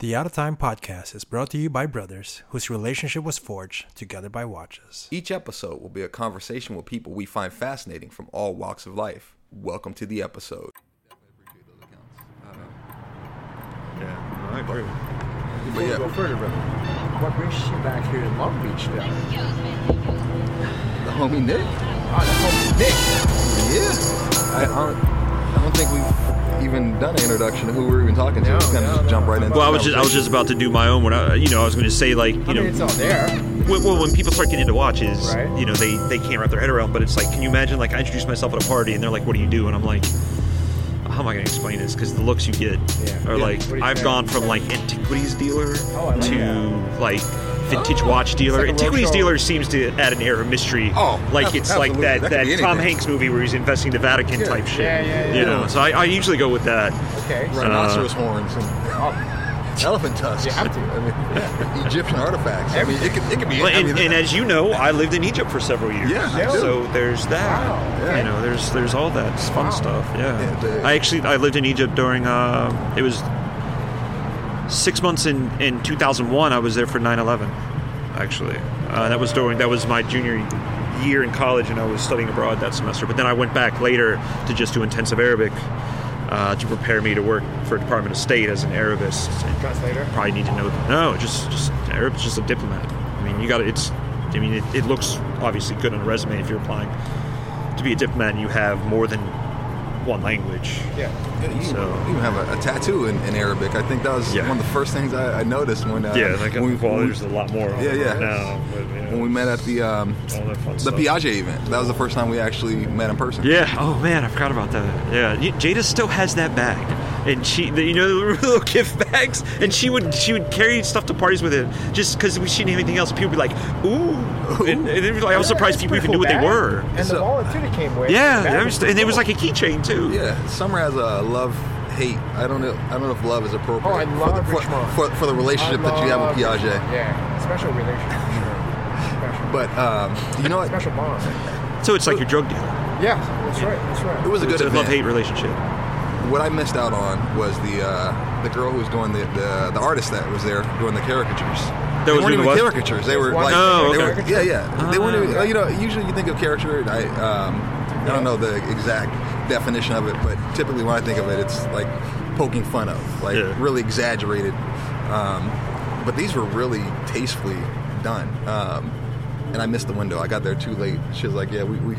The Out of Time podcast is brought to you by brothers whose relationship was forged together by watches. Each episode will be a conversation with people we find fascinating from all walks of life. Welcome to the episode. Yeah, I agree. But Go yeah, further, brother. What brings you back here to Long Beach now? the homie Nick. Ah, Oh, that's Nick. Yeah. I, I, don't, I don't think we've even done an introduction of who we're even talking to. No, we kind of no, just no. jump right into Well, I was just I was just about to do my own one. I, you know, I was going to say like you I know, mean, it's all there. when, well, when people start getting into watches, Right. you know, they they can't wrap their head around. But it's like, can you imagine? Like, I introduced myself at a party, and they're like, "What do you do?" And I'm like, "How am I going to explain this?" Because the looks you get Yeah. are Yeah. like, What do you I've say? gone from like antiquities dealer Oh, I like to that. Oh. like vintage watch dealer. like a antiquities roadshow. dealer dealer seems to add an air of mystery. Oh, like ab- it's like absolutely. that That could that, be Tom anything. Hanks movie where he's investing the Vatican Yeah. type shit. Yeah, yeah, yeah. You know, so I, I usually go with that. Okay. uh, rhinoceros horns and Oh, elephant tusks. You have to. I mean, Egyptian artifacts. I mean, it could, it could be. Well, I and, mean, and as you know, I lived in Egypt for several years. Yeah, I do. So there's that. Wow. Yeah. uh, You know, there's there's all that It's fun Wow. stuff. Yeah. Yeah, the- I actually I lived in Egypt during uh, it was six months in in 2001. I was there for 9/11. Actually, uh, that was during that was my junior year in college, and I was studying abroad that semester. But then I went back later to just do intensive Arabic. Uh, to prepare me to work for Department of State as an Arabist translator. probably need to know. No, just just Arab's just a diplomat. I mean, you got to It's I mean, it, it looks obviously good on a resume if you're applying to be a diplomat and you have more than one language. Yeah. Yeah, you, So- you have a, a tattoo in, in Arabic. I think that was Yeah. one of the first things I, I noticed when uh, Yeah, like when we- well, when we- there's a lot more. Yeah, yeah. Now, but, yeah. when we met at the um, All that fun the stuff. Piaget event. That was the first time we actually met in person. Yeah. Oh man, I forgot about that. Yeah, Y- Jada still has that bag, and she, the, you know, the little gift bags, and she would she would carry stuff to parties with it just because she didn't have anything else. People would be like, ooh, and, and it was like, I was surprised people even knew what they were. And So- the wallet too that came with. Yeah, That that was- and it was like a keychain too. Yeah, Summer has a love hate. I don't know. I don't know if love is appropriate. Oh, I love for the, Richemont. for, for, for the relationship I that you have with love- Piaget. Yeah, special relationship for sure. Special. But um, you know what? special bond. So it's like your drug dealer. Yeah, that's right. That's It right. was a good it's a event. love hate relationship. What I missed out on was the uh, the girl who was doing the, the the artist that was there doing the caricatures. they was weren't doing even what? caricatures. They were Just like, Oh, they okay. were, yeah, yeah. They weren't. Ah. Even, you know, usually you think of caricature. I um, I don't know the exact definition of it, but typically when I think of it, it's like poking fun of, like Yeah. really exaggerated. Um, but these were really tastefully done. Um, and I missed the window. I got there too late. She was like, "Yeah, we." we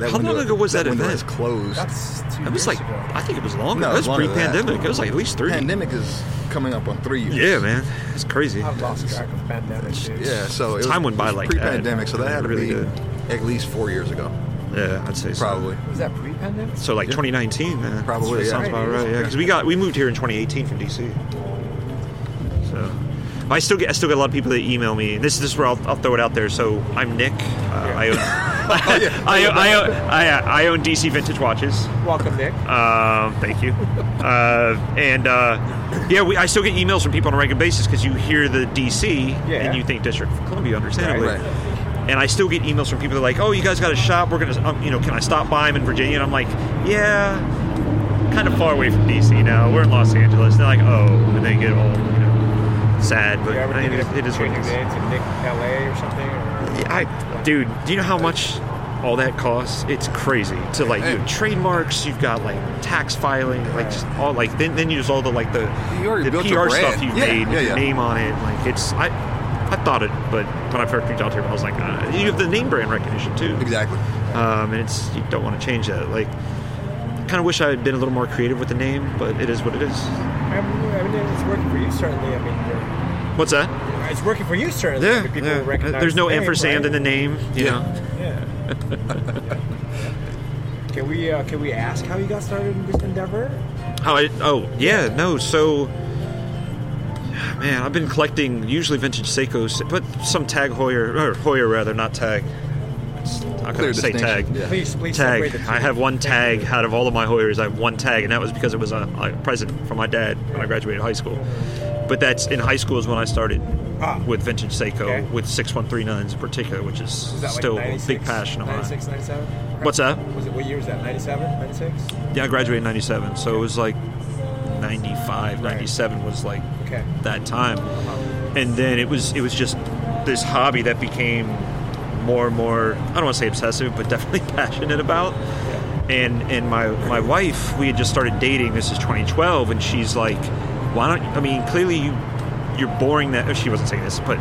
that How window, long ago was that window event? is closed. That's two It years was like ago. I think it was longer. No, it was longer than that. pre-pandemic. It was like at least three. Pandemic is coming up on three years. Yeah, man, it's crazy. I've lost track of pandemic. Dude. Yeah, so it Time was, went by it was like that. pre-pandemic, so that It had to really be did. at least four years ago, Yeah, I'd say so. probably. Was that pre-pandemic? So like 2019, man. Probably, That yeah. sounds about right. Yeah, because we got we moved here in 2018 from DC. So I still get I still get a lot of people that email me. This this is where I'll, I'll throw it out there. So I'm Nick. Uh, I own I, own- I, own- I, uh, I own DC Vintage Watches. Welcome, Nick. Um, thank you. Uh, and uh, yeah, we, I still get emails from people on a regular basis because you hear the DC Yeah. and you think District of Columbia, understandably. Right. Right. And I still get emails from people that are like, "Oh, you guys got a shop? We're gonna, um, you know, can I stop by? I'm in Virginia." And I'm like, "Yeah, kind of far away from DC now. We're in Los Angeles." And they're like, "Oh," and they get all you know, sad, but you ever I mean, think of it is what it changing is. the name to Nick LA or something? Or Yeah, I, dude, do you know how much all that costs? It's crazy to like you have trademarks. You've got like tax filing, like just all like then then you use all the like the, You already the built PR your brand. stuff you Yeah, made, yeah, your yeah. name on it. Like it's I I thought it, but when I first reached out to him, I was like, uh, you have the name brand recognition too, Exactly. um, and it's you don't want to change that. Like, kind of wish I had been a little more creative with the name, but it is what it is. I mean, I mean, it's working for you certainly. I mean, you're, What's that? it's working for you certainly. The people yeah. recognize. There's no the name, ampersand right? in the name, you Yeah. know. Yeah. can we uh, can we ask how you got started in this endeavor? How I? Oh, yeah, no. So, man, I've been collecting usually vintage Seikos, but some Tag Hoyer or Hoyer rather, not Tag. It's- How can I Clear say Tag? distinction, yeah. Please, please Tag. separate the two. I have one tag out of all of my Hoyers. I have one tag, and that was because it was a, a present from my dad when I graduated high school. But that's in high school is when I started Ah. with vintage Seiko, Okay. with 6139s in particular, which is, Was that like still a 96, big passion of mine. 96, 97? What's that? Was it what year was that? 97, 96? Yeah, I graduated in 97, so it was like 95, Right. 97 was like Okay. that time. And then it was it was just this hobby that became more and more I don't want to say obsessive, but definitely passionate about. And and my my wife, we had just started dating. This is 2012, and she's like, "Why don't I mean clearly you you're boring that." She wasn't saying this, but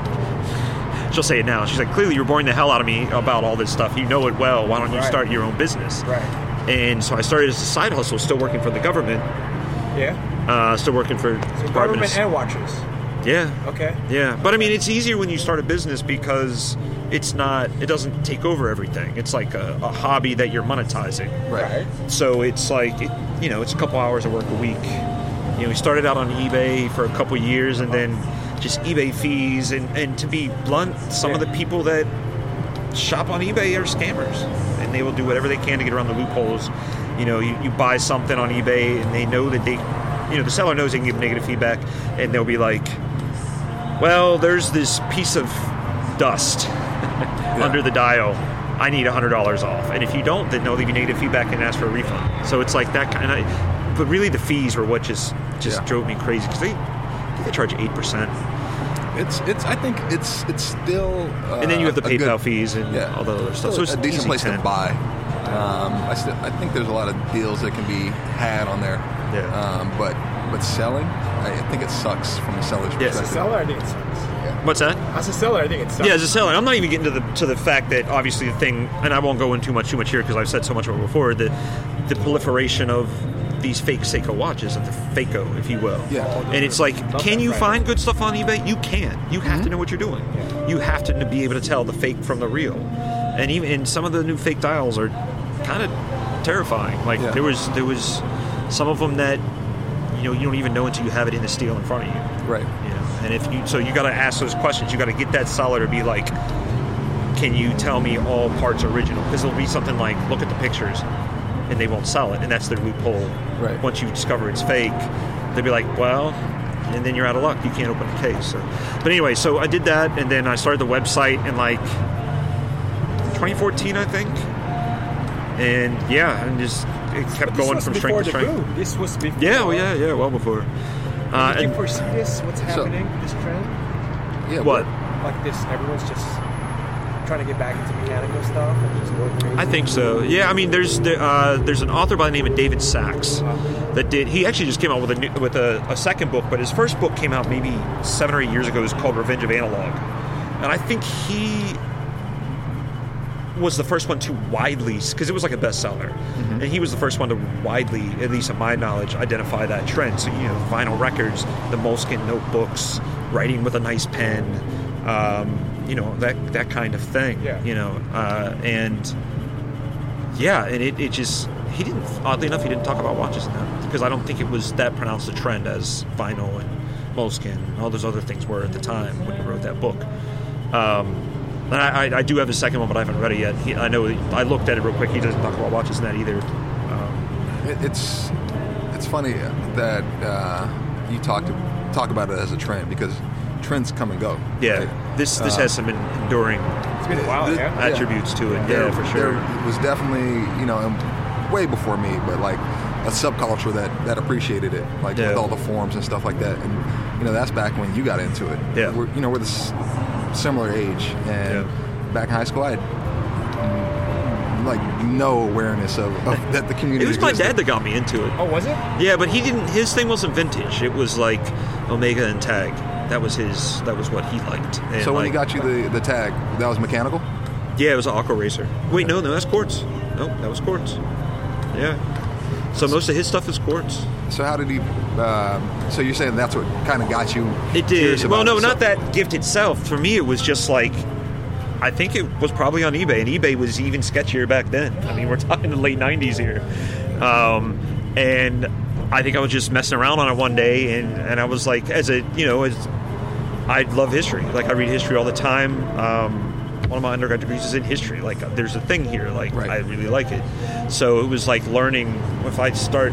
she'll say it now. She's like, "Clearly you're boring the hell out of me about all this stuff. You know it well. Why don't you Right. start your own business?" Right. And so I started as a side hustle, still working for the government, Yeah. uh, still working for So Department of government and watchers. yeah. Okay. Yeah. But I mean, it's easier when you start a business because it's not, it doesn't take over everything. It's like a, a hobby that you're monetizing. Right. So it's like, it, you know, it's a couple hours of work a week. You know, we started out on eBay for a couple years and then just eBay fees. And, and to be blunt, some of Yeah. the people that shop on eBay are scammers and they will do whatever they can to get around the loopholes. You know, you, you buy something on eBay and they know that they, you know, the seller knows they can give negative feedback and they'll be like, well, there's this piece of dust under the dial. I need $100 off. And if you don't, then they'll leave you negative feedback and ask for a refund. So it's like that kind of. But really, the fees were what just just Yeah. drove me crazy because they, I think they charge 8%. It's it's. I think it's it's still. Uh, And then you have the a good- PayPal fees and all the other Still stuff. So it's a decent easy place 10. to buy. Um, I, still, I think there's a lot of deals that can be had on there. Yeah. Um, but but selling, I I think it sucks from a seller's Yes. As a perspective. seller, I think it sucks. What's that? As a seller, I think it sucks. Yeah, as a seller, I'm not even getting to the to the fact that obviously the thing, and I won't go into too much too much here because I've said so much about it before. The the proliferation of these fake Seiko watches, of the Faco, if you will. Yeah. And it's like, Love can that you brand. find good stuff on eBay? You can. You have Mm-hmm. to know what you're doing. Yeah. You have to be able to tell the fake from the real. And even and some of the new fake dials are kind of terrifying. Like Yeah. there was there was some of them that you know you don't even know until you have it in the steel in front of you. Right. You know, and if you so you got to ask those questions. You got to get that solid or be like, can you tell me all parts original? Because it'll be something like, look at the pictures, and they won't sell it, and that's their loophole. Right. Once you discover it's fake, they'll be like, well, and then you're out of luck. You can't open a case. So. But anyway, so I did that, and then I started the website in like 2014, I think. And yeah, and just it But kept this going was from before strength to the strength. boom. This was before. Yeah, well, yeah, yeah, well before. Uh, Did and- you foresee this? What's happening? this trend? Yeah. what? Like this? Everyone's just trying to get back into mechanical stuff and just going crazy. I think so. Yeah, I mean, there's there, uh, there's an author by the name of David Sachs that did. He actually just came out with a new, with a, a second book, but his first book came out maybe seven or eight years ago. It was called Revenge of Analog, and I think he was the first one to widely because it was like a bestseller, and he was the first one to widely, at least in my knowledge, identify that trend. So you know, vinyl records, the Moleskine notebooks, writing with a nice pen, um, you know that that kind of thing. Yeah. You know, uh, and yeah, and it, it just he didn't oddly enough he didn't talk about watches in that because I don't think it was that pronounced a trend as vinyl and moleskin and all those other things were at the time when he wrote that book. Um, and I, I, I do have his second one, but I haven't read it yet. He, I know I looked at it real quick. He doesn't talk about watches in that either. Um, It, it's it's funny that uh, you talk to, talk about it as a trend because trends come and go. yeah, right? this this Uh, has some en- enduring it's been a while. Th- yeah. I- attributes to it. Yeah, for sure. There was definitely, you know, and way before me, but like a subculture that that appreciated it, like Yeah. with all the forms and stuff like that. And you know, that's back when you got into it. Yeah. we're, you know, we're this similar age, and Yeah. back in high school, I had mm, like no awareness of, of that the community. It was my existed. dad that got me into it. oh, was it? Yeah, but he didn't. His thing wasn't vintage. It was like Omega and Tag. That was his. That was what he liked. And So when like, he got you the, the tag, that was mechanical. yeah, it was an Aqua Racer. Wait, no, no, that's quartz. No, that was quartz. Yeah. So most of his stuff is quartz. So how did he? um so you're saying that's what kind of got you? It curious did. about Well, no, it. So- not that gift itself. For me, it was just like. I think it was probably on eBay, and eBay was even sketchier back then. I mean, we're talking the late '90s here, um, and I think I was just messing around on it one day, and, and I was like, as a you know, as I love history. Like I read history all the time. Um, one of my undergrad degrees is in history. Like there's a thing here. Like Right. I really like it. So it was like learning. If I start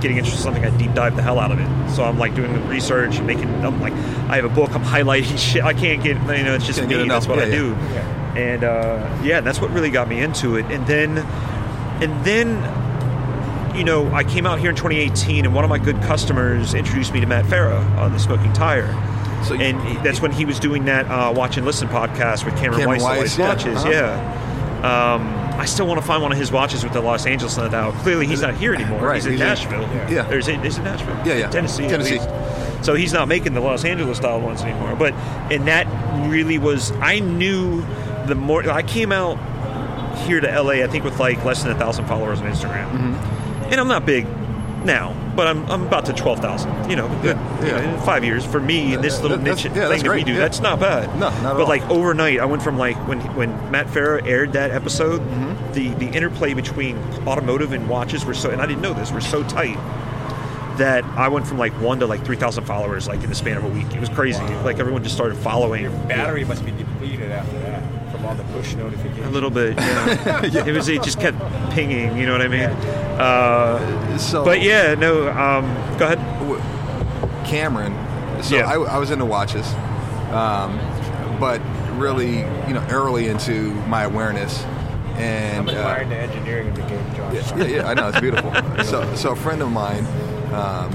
getting interested in something, I deep dive the hell out of it. So I'm like doing the research, and making. I'm like I have a book. I'm highlighting shit. I can't get. You know, it's just Can't me. get enough. That's what Yeah, I yeah. do. And uh, yeah, that's what really got me into it. And then, and then you know, I came out here in 2018, and one of my good customers introduced me to Matt Farah on the Smoking Tire. So you- and that's when he was doing that uh, Watch and Listen podcast with Cameron, Cameron Weiss, Weiss, that always yeah. watches. Uh-huh. Yeah. Um, I still want to find one of his watches with the Los Angeles on it now. Clearly, he's not here anymore. Right, He's in he's in- Nashville. Yeah. Or is it, is it Nashville? Yeah, yeah. Tennessee. at Tennessee. least. So he's not making the Los Angeles style ones anymore. But and that really was. I knew the more I came out here to LA, I think with like less than a thousand followers on Instagram, Mm-hmm. and I'm not big now, but I'm, I'm about to twelve thousand. You know, Yeah, you yeah. know, in five years for me in this Yeah, little that- niche that's- yeah, thing that's that we great, do, yeah. that's not bad. No, not at But all. like overnight, I went from like when when Matt Farah aired that episode, Mm-hmm. the the interplay between automotive and watches were so, and I didn't know this, were so tight that I went from like one to like three thousand followers like in the span of a week. It was crazy. Like everyone just started following. Battery must be depleted after that from all the push notifications. A little bit. Yeah. It was. It just kept pinging. You know what I mean? Uh, So, but yeah, no. Um, go ahead. w- Cameron. So Yeah. I, I was into watches, um, but really, you know, early into my awareness. And I'm uh, admiring the engineering of the game, Josh. yeah, yeah, I know it's beautiful. so, so a friend of mine um,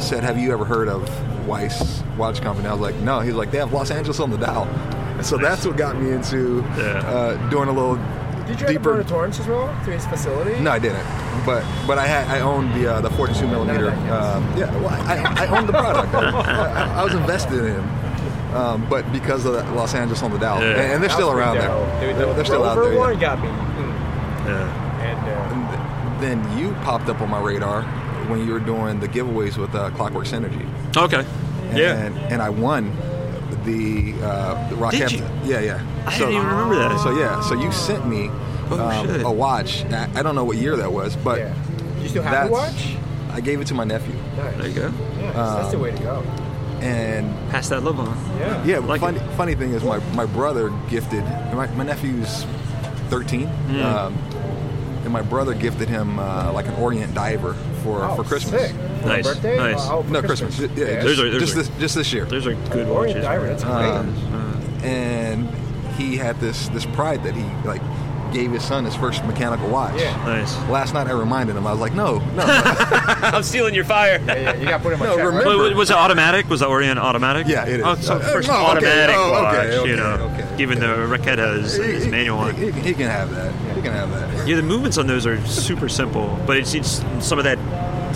said, "Have you ever heard of Weiss Watch Company?" I was like, "No." He's like, "They have Los Angeles on the dial," and so that's what got me into Yeah. uh, doing a little Did you ever deeper. go to Torrance as well to his facility? No, I didn't. But but I had I owned the uh, the 42 millimeter. None of that Um, yeah, well, I, I owned the product. I, I, I was invested in him. Um, but because of the Los Angeles on the Dow, Yeah. and, and they're still around there. They're, they're still out there. One Yeah. got me. Mm. Yeah. And uh, And th- then you popped up on my radar when you were doing the giveaways with uh, Clockwork Synergy. Okay. And, yeah. And I won the, uh, the Did Rockhampton. you? Yeah, yeah. I didn't even remember that. So yeah, so you sent me um, Oh, shit. a watch. I, I don't know what year that was, uh, but. yeah. You still have the That's- watch? I gave it to my nephew, Nice. there you go. Yeah, so Um, that's the way to go. and Pass that love on. Yeah. yeah. Like funny, funny thing is, my, my brother gifted my, my nephew's thirteen, Hmm. um, and my brother gifted him uh, like an Orient diver for Oh, for Christmas. sick. For Nice, birthday? nice. Oh, for No, Christmas. Yeah, There's just, Um, a- there's just a- this just this year. Those are good Orient watches. diver, that's great. And he had this this pride that he like gave his son his first mechanical watch. Yeah. nice. Last night I reminded him. I was like, no, no, I'm stealing your fire. yeah, yeah, you got to put him on No, check, right? remember- Wait, was it automatic? Was the Orient automatic? Yeah, it is. Oh, so Uh, first no, okay. automatic Oh, watch, okay, okay, you know, okay. given the Raketa is, is manual one. He, he- he can have that. He can have that. Yeah, the movements on those are super simple, but it's, it's some of that.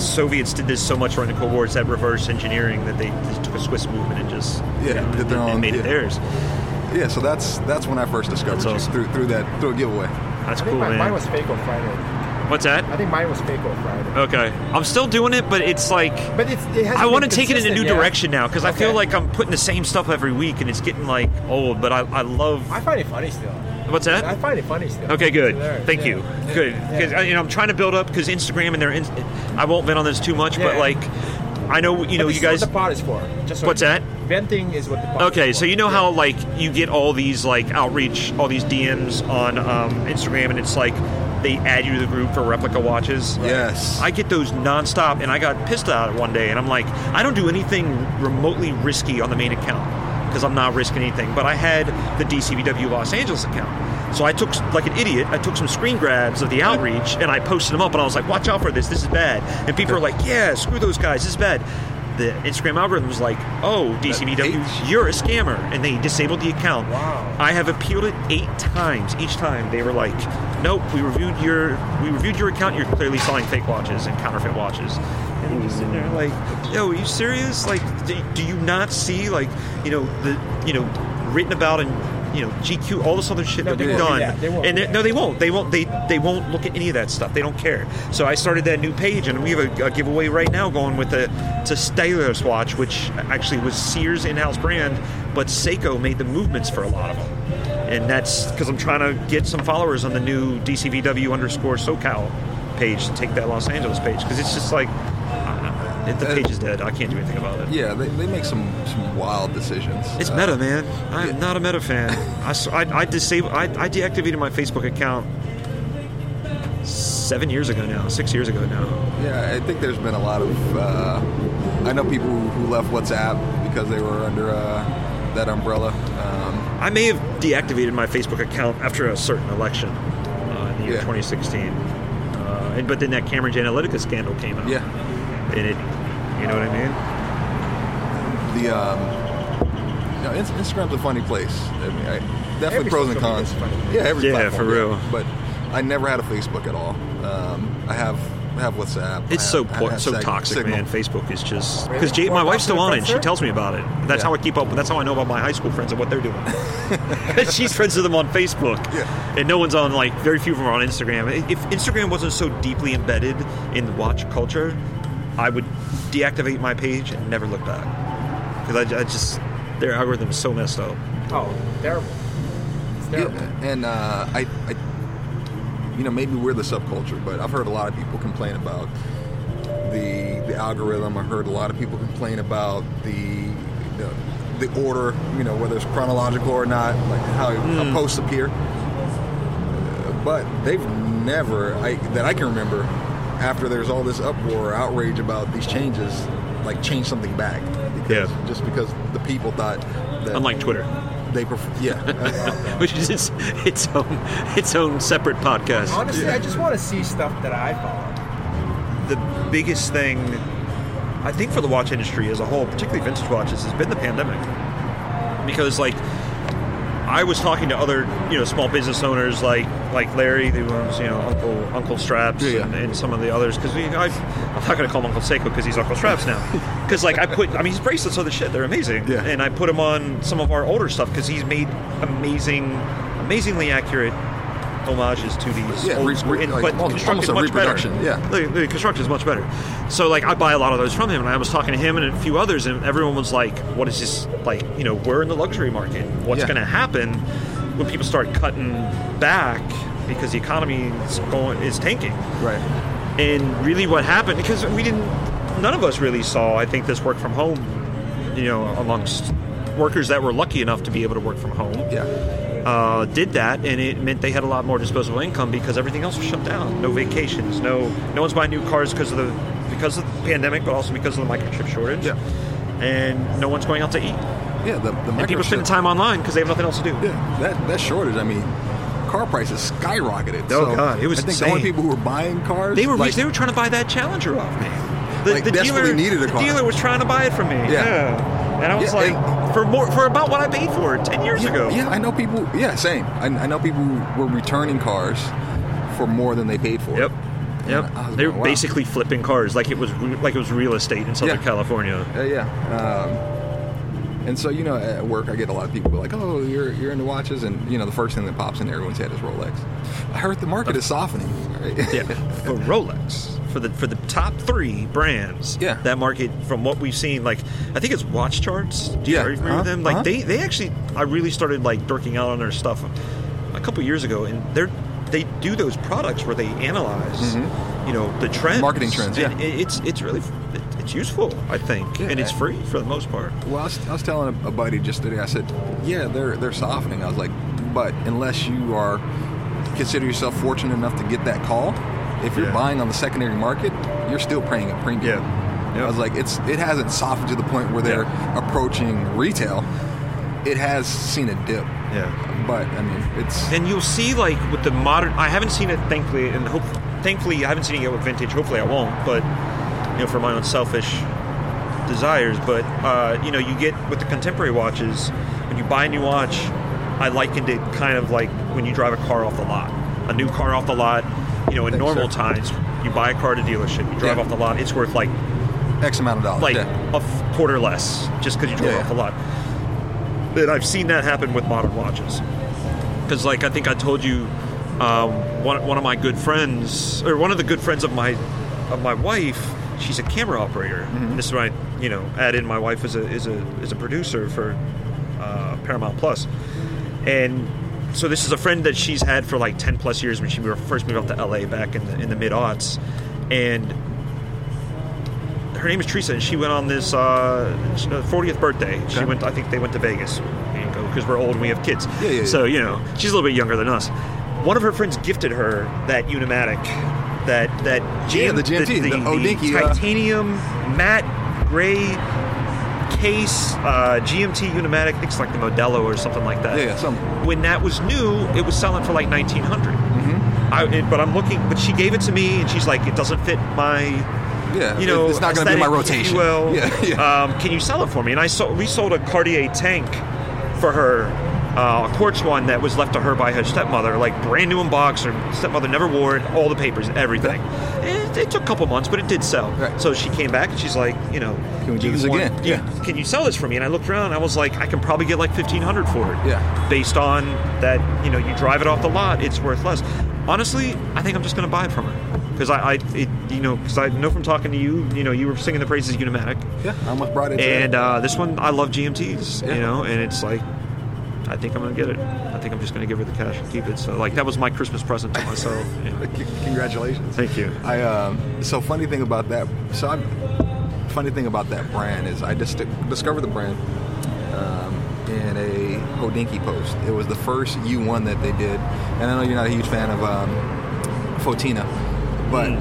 Soviets did this so much during the Cold War. It's that reverse engineering that they just took a Swiss movement and just Yeah, did their and own- made yeah. it theirs. Yeah. So that's that's when I first discovered That's you awesome. through through that through a giveaway. That's I cool, think my, man. mine was fake on Friday. What's I that? think mine was fake on Friday. Okay, I'm still doing it, but it's like But it's, it has I want to take it in a new direction now because I feel Okay. like I'm putting the same stuff every week and it's getting like old. But I, I love I find it funny still. what's that? I find it funny still. Okay, good. Still there, Thank yeah. you. Good. 'Cause, uh, you know, I'm trying to build up because Instagram and their. In- I won't vent on this too much, but Yeah. like, I know But you know this you is what guys. the pot is for. Just so What's you know. that? Venting is what the pot. Okay, is for. so you know Yeah. how like you get all these like outreach, all these DMs on um, Instagram, and it's like they add you to the group for replica watches. Yes. I get those nonstop, and I got pissed out one day, and I'm like, I don't do anything remotely risky on the main account because I'm not risking anything. But I had the DCBW Los Angeles account, so I took like an idiot. I took some screen grabs of the outreach, and I posted them up, and I was like, watch out for this. This is bad. And people are like, yeah, screw those guys. This is bad. The Instagram algorithm was like, oh, DCBW, you're a scammer, and they disabled the account. Wow. I have appealed it eight times. Each time they were like, "Nope, we reviewed your we reviewed your account. You're clearly selling fake watches and counterfeit watches." And I'm just sitting there like, "Yo, are you serious? Like, do, do you not see like you know the you know written about and you know GQ all this other shit No, that they we've won't done? do that. They won't and do they- that. no, they won't. They won't. They they won't look at any of that stuff. They don't care. So I started that new page, and we have a, a giveaway right now going with a it's a Stylus watch, which actually was Sears in-house brand, but Seiko made the movements for a lot of them, and that's because I'm trying to get some followers on the new DCVW underscore SoCal page to take that Los Angeles page because it's just like uh, the page is dead. I can't do anything about it. Yeah, they, they make some some wild decisions. It's Uh, meta, man. I'm not a meta fan. I, s- I, I disabled. I, I deactivated my Facebook account seven years ago now, six years ago now. Yeah, I think there's been a lot of. Uh, I know people who, who left WhatsApp because they were under uh, that umbrella. Um, I may have deactivated my Facebook account after a certain election uh, in the year Yeah. 2016. Uh, and- but then that Cambridge Analytica scandal came out. Yeah. And it, you know what I mean? The um, you know, Inst- Instagram's a funny place. I mean, I, definitely Every pros and social cons. media's funny. Yeah, every Yeah, platform, for real. But I never had a Facebook at all. Um, I have I have WhatsApp. I It's so have- I po- have so Sig- toxic, Signal. man. Facebook is just Really? because Jay my More wife's still popular on it. friends She there? tells me about it. That's Yeah. how I keep up. That's how I know about my high school friends and what they're doing. She's friends with them on Facebook, Yeah. and no one's on like very few of them are on Instagram. I- If Instagram wasn't so deeply embedded in the watch culture, I would deactivate my page and never look back because I, I just their algorithm is so messed up. Oh, terrible. It's Yeah, terrible. and uh, I, I, you know, maybe we're the subculture, but I've heard a lot of people complain about the the algorithm. I heard a lot of people complain about the the, the order, you know, whether it's chronological or not, like how, Hmm. how posts appear. Uh, But they've never, I, that I can remember, after there's all this uproar, outrage about these changes, like change something back. Because, Yeah. Just because the people thought that. Unlike Twitter, They prefer, yeah. which is its, its own its own separate podcast. Honestly, I just want to see stuff that I follow. the biggest thing I think for the watch industry as a whole, particularly vintage watches, has been the pandemic. Because like I was talking to other, you know, small business owners like like Larry, who owns, you know, Uncle Uncle Straps, Yeah, yeah. And, and some of the others. Because I'm not going to call him Uncle Seiko because he's Uncle Straps now. Because like I put, I mean, his bracelets are the shit. They're amazing. Yeah. And I put him on some of our older stuff because he's made amazing, amazingly accurate homages to these Yeah, old re- school, re- and- like, but almost- almost constructed a much reproduction, better. yeah. The, the construction is much better. So like I buy a lot of those from him, and I was talking to him and a few others, and everyone was like, "What is this? Like, you know, we're in the luxury market. What's Yeah. going to happen when people start cutting back because the economy is going is tanking?" right. And really, what happened because we didn't, none of us really saw. I think this work from home, you know, amongst workers that were lucky enough to be able to work from home Yeah, uh, did that, and it meant they had a lot more disposable income because everything else was shut down. No vacations, no no one's buying new cars because of the because of the pandemic, but also because of the microchip shortage. Yeah. And no one's going out to eat. yeah. The, the And people microchip- spending time online because they have nothing else to do. Yeah, that that shortage. I mean, car prices skyrocketed. Oh, so God, it was I think the only insane. people who were buying cars They were like, they were trying to buy that Challenger off me. The, Like, the desperately dealer needed a the car. dealer was trying to buy it from me. Yeah. And I was Yeah, like, and- for more for about what I paid for it ten years yeah, ago. Yeah, I know people. Yeah, same. I, I know people who were returning cars for more than they paid for. it. Yep. And I Yep. was They were going, wow. basically flipping cars like it was re- like it was real estate in Southern Yeah. California. Uh, yeah. Um, and so you know, at work, I get a lot of people like, "Oh, you're you're into watches," and you know, the first thing that pops in everyone's head is Rolex. I heard the market is softening. Right? Yeah, for Rolex, for the for the top three brands, Yeah. that market from what we've seen, like I think it's Watch Charts. Do you Yeah, are you familiar uh-huh, with them? Like uh-huh. they they actually, I really started like dorking out on their stuff a couple years ago, and they're they do those products where they analyze, you know, the trends, Mm-hmm. Marketing trends, and yeah. it- it's it's really it, it's useful, I think, Yeah, and it's I- free for the most part. Well, I was, I was telling a, a buddy just today. I said, "Yeah, they're they're softening." I was like, "But unless you are consider yourself fortunate enough to get that call, if you're Yeah. buying on the secondary market, you're still paying a premium." Yeah. Yeah. I was like, "It's it hasn't softened to the point where they're approaching retail. It has seen a dip, Yeah. but I mean, it's And you'll see, like, with the modern. I haven't seen it, thankfully, and hope, thankfully, I haven't seen it yet with vintage. Hopefully, I won't, but, you know, for my own selfish desires. But, uh, you know, you get with the contemporary watches, when you buy a new watch, I likened it kind of like when you drive a car off the lot. A new car off the lot, you know, in Thanks, normal sir. times, you buy a car at a dealership, you drive Yeah. off the lot, it's worth like X amount of dollars. like yeah. a f- quarter less just because you drove Yeah, off yeah. a lot. And I've seen that happen with modern watches. Because, like, I think I told you, um, one, one of my good friends, or one of the good friends of my of my wife, she's a camera operator. Mm-hmm. This is my, you know, add in my wife is a is a is a producer for uh, Paramount Plus, and so this is a friend that she's had for like ten plus years when she moved- first moved out to LA back in the in the mid aughts, and her name is Teresa, and she went on this uh, 40th birthday. She Okay. went. I think they went to Vegas because we're old and we have kids. Yeah, yeah, yeah. So you know, she's a little bit younger than us. One of her friends gifted her that Unimatic, that that Yeah, jam- the GMT, the Odinki, uh, titanium matte gray case uh, GMT Unimatic. I think it's like the Modelo or something like that. Yeah, yeah, some- When that was new, it was selling for like 1900. I, it, but I'm looking. But she gave it to me, and she's like, "It doesn't fit my Yeah, you know, it's not going to be my aesthetic, if rotation. you will. yeah, yeah. Um, can you sell it for me? And I sold, we sold a Cartier tank for her, uh, a quartz one that was left to her by her stepmother, like brand new in box. Her stepmother never wore it. All the papers, everything. It, it took a couple months, but it did sell. Right. So she came back and she's like, you know, Can we do you this want- again? do you- Yeah. Can you sell this for me? And I looked around. and I was like, I can probably get like fifteen hundred for it. Yeah. Based on that, you know, you drive it off the lot, it's worth less. Honestly, I think I'm just going to buy it from her because I, I it, you know, because I know from talking to you, you know, you were singing the praises of Unimatic, yeah, I almost brought it. and to, uh, this one I love GMTs, Yeah. you know, and it's like. I think I'm gonna get it. I think I'm just gonna give her the cash and keep it. So, like, that was my Christmas present to myself. Yeah. C- congratulations. Thank you. I um, so funny thing about that. So I, funny thing about that brand is I just discovered the brand um, in a Hodinkee post. It was the first U1 that they did, and I know you're not a huge fan of um, Fotina, but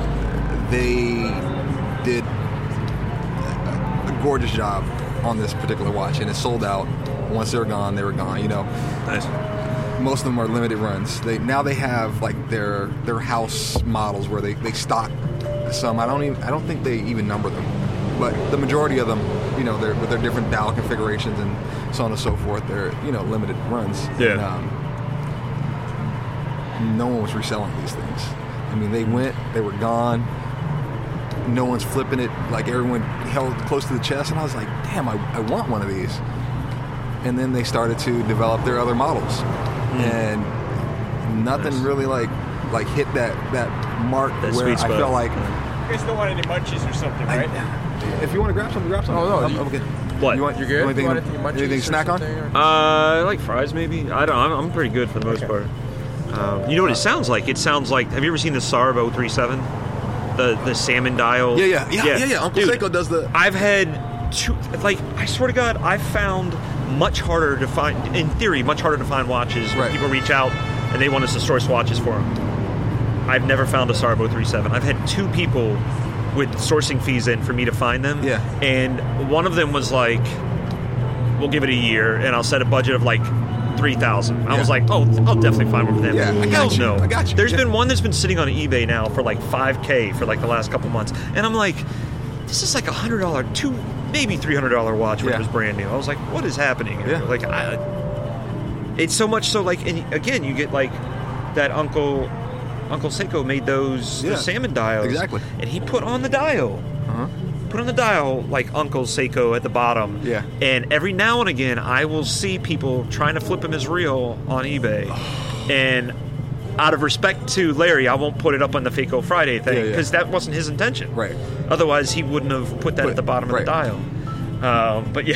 they did a gorgeous job on this particular watch, and it sold out. Once they were gone, they were gone. You know, Nice. most of them are limited runs. They now they have like their their house models where they, they stock some. I don't even I don't think they even number them, but the majority of them, you know, they're with their different dial configurations and so on and so forth. They're you know limited runs. Yeah. And, um, no one was reselling these things. I mean, they went, they were gone. No one's flipping it. Like everyone held close to the chest, and I was like, damn, I, I want one of these and then they started to develop their other models and nothing Nice. really like like hit that that mark That where i sweet spot. felt like You guys don't want any munchies or something, I- right? if you want to grab something grab something Oh, no, I'm, you- I'm okay What? you want You're good. anything, you want anything, munchies anything or to snack on something, or- Uh, I like fries, maybe. I don't. I'm, I'm pretty good for the most part. Um, you know what it sounds like? It sounds like. Have you ever seen the Sarb 037? The the salmon dial. yeah yeah yeah yeah, yeah, uncle Dude, seiko does the I've had two. Like I swear to God, I found much harder to find. In theory, much harder to find watches. when Right. People reach out and they want us to source watches for them. I've never found a Sarb 037. I've had two people with sourcing fees in for me to find them. Yeah. And one of them was like we'll give it a year, and I'll set a budget of like three thousand. I Yeah. was like, oh, I'll definitely find one for them. Yeah, I got Hell you. no, I got you. There's Yeah. been one that's been sitting on eBay now for like five k for like the last couple months, and I'm like, this is like a hundred dollar, two maybe three hundred dollar watch when Yeah. it was brand new. I was like, what is happening? Yeah. Like, I, it's so much so like, and again, you get like that Uncle Uncle Seiko made those Yeah. the salmon dials Exactly. Uh-huh. and he put on the dial put on the dial like Uncle Seiko at the bottom. Yeah. And every now and again, I will see people trying to flip him as real on eBay. and out of respect to Larry, I won't put it up on the Faco Friday Yeah, thing yeah. because that wasn't his intention. Right. Otherwise, he wouldn't have put that Put- at the bottom right. of the dial. Um, but yeah.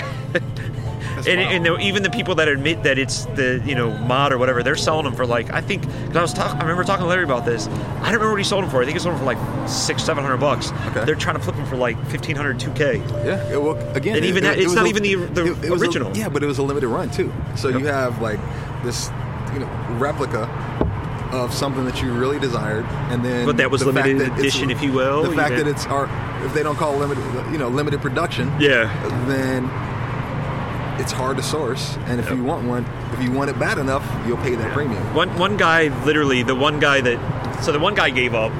And, wild. and there- even the people that admit that it's the you know mod or whatever, they're selling them for like I think because I was talking, I remember talking to Larry about this. I don't remember what he sold them for. I think he sold them for like six, seven hundred bucks. Okay. They're trying to flip them for like 1500 2k yeah it, well, again And it- even it- that- it it's was not a- even the- the was a- original. yeah but it was a limited run too so you have like this you know replica of something that you really desired, and then But that was the fact limited that it's- edition, if you will, The you fact know. that it's our if they don't call it limited, you know, limited production, yeah then it's hard to source. And if you want one, if you want it bad enough, you'll pay that premium. one one guy literally the one guy that so the one guy gave up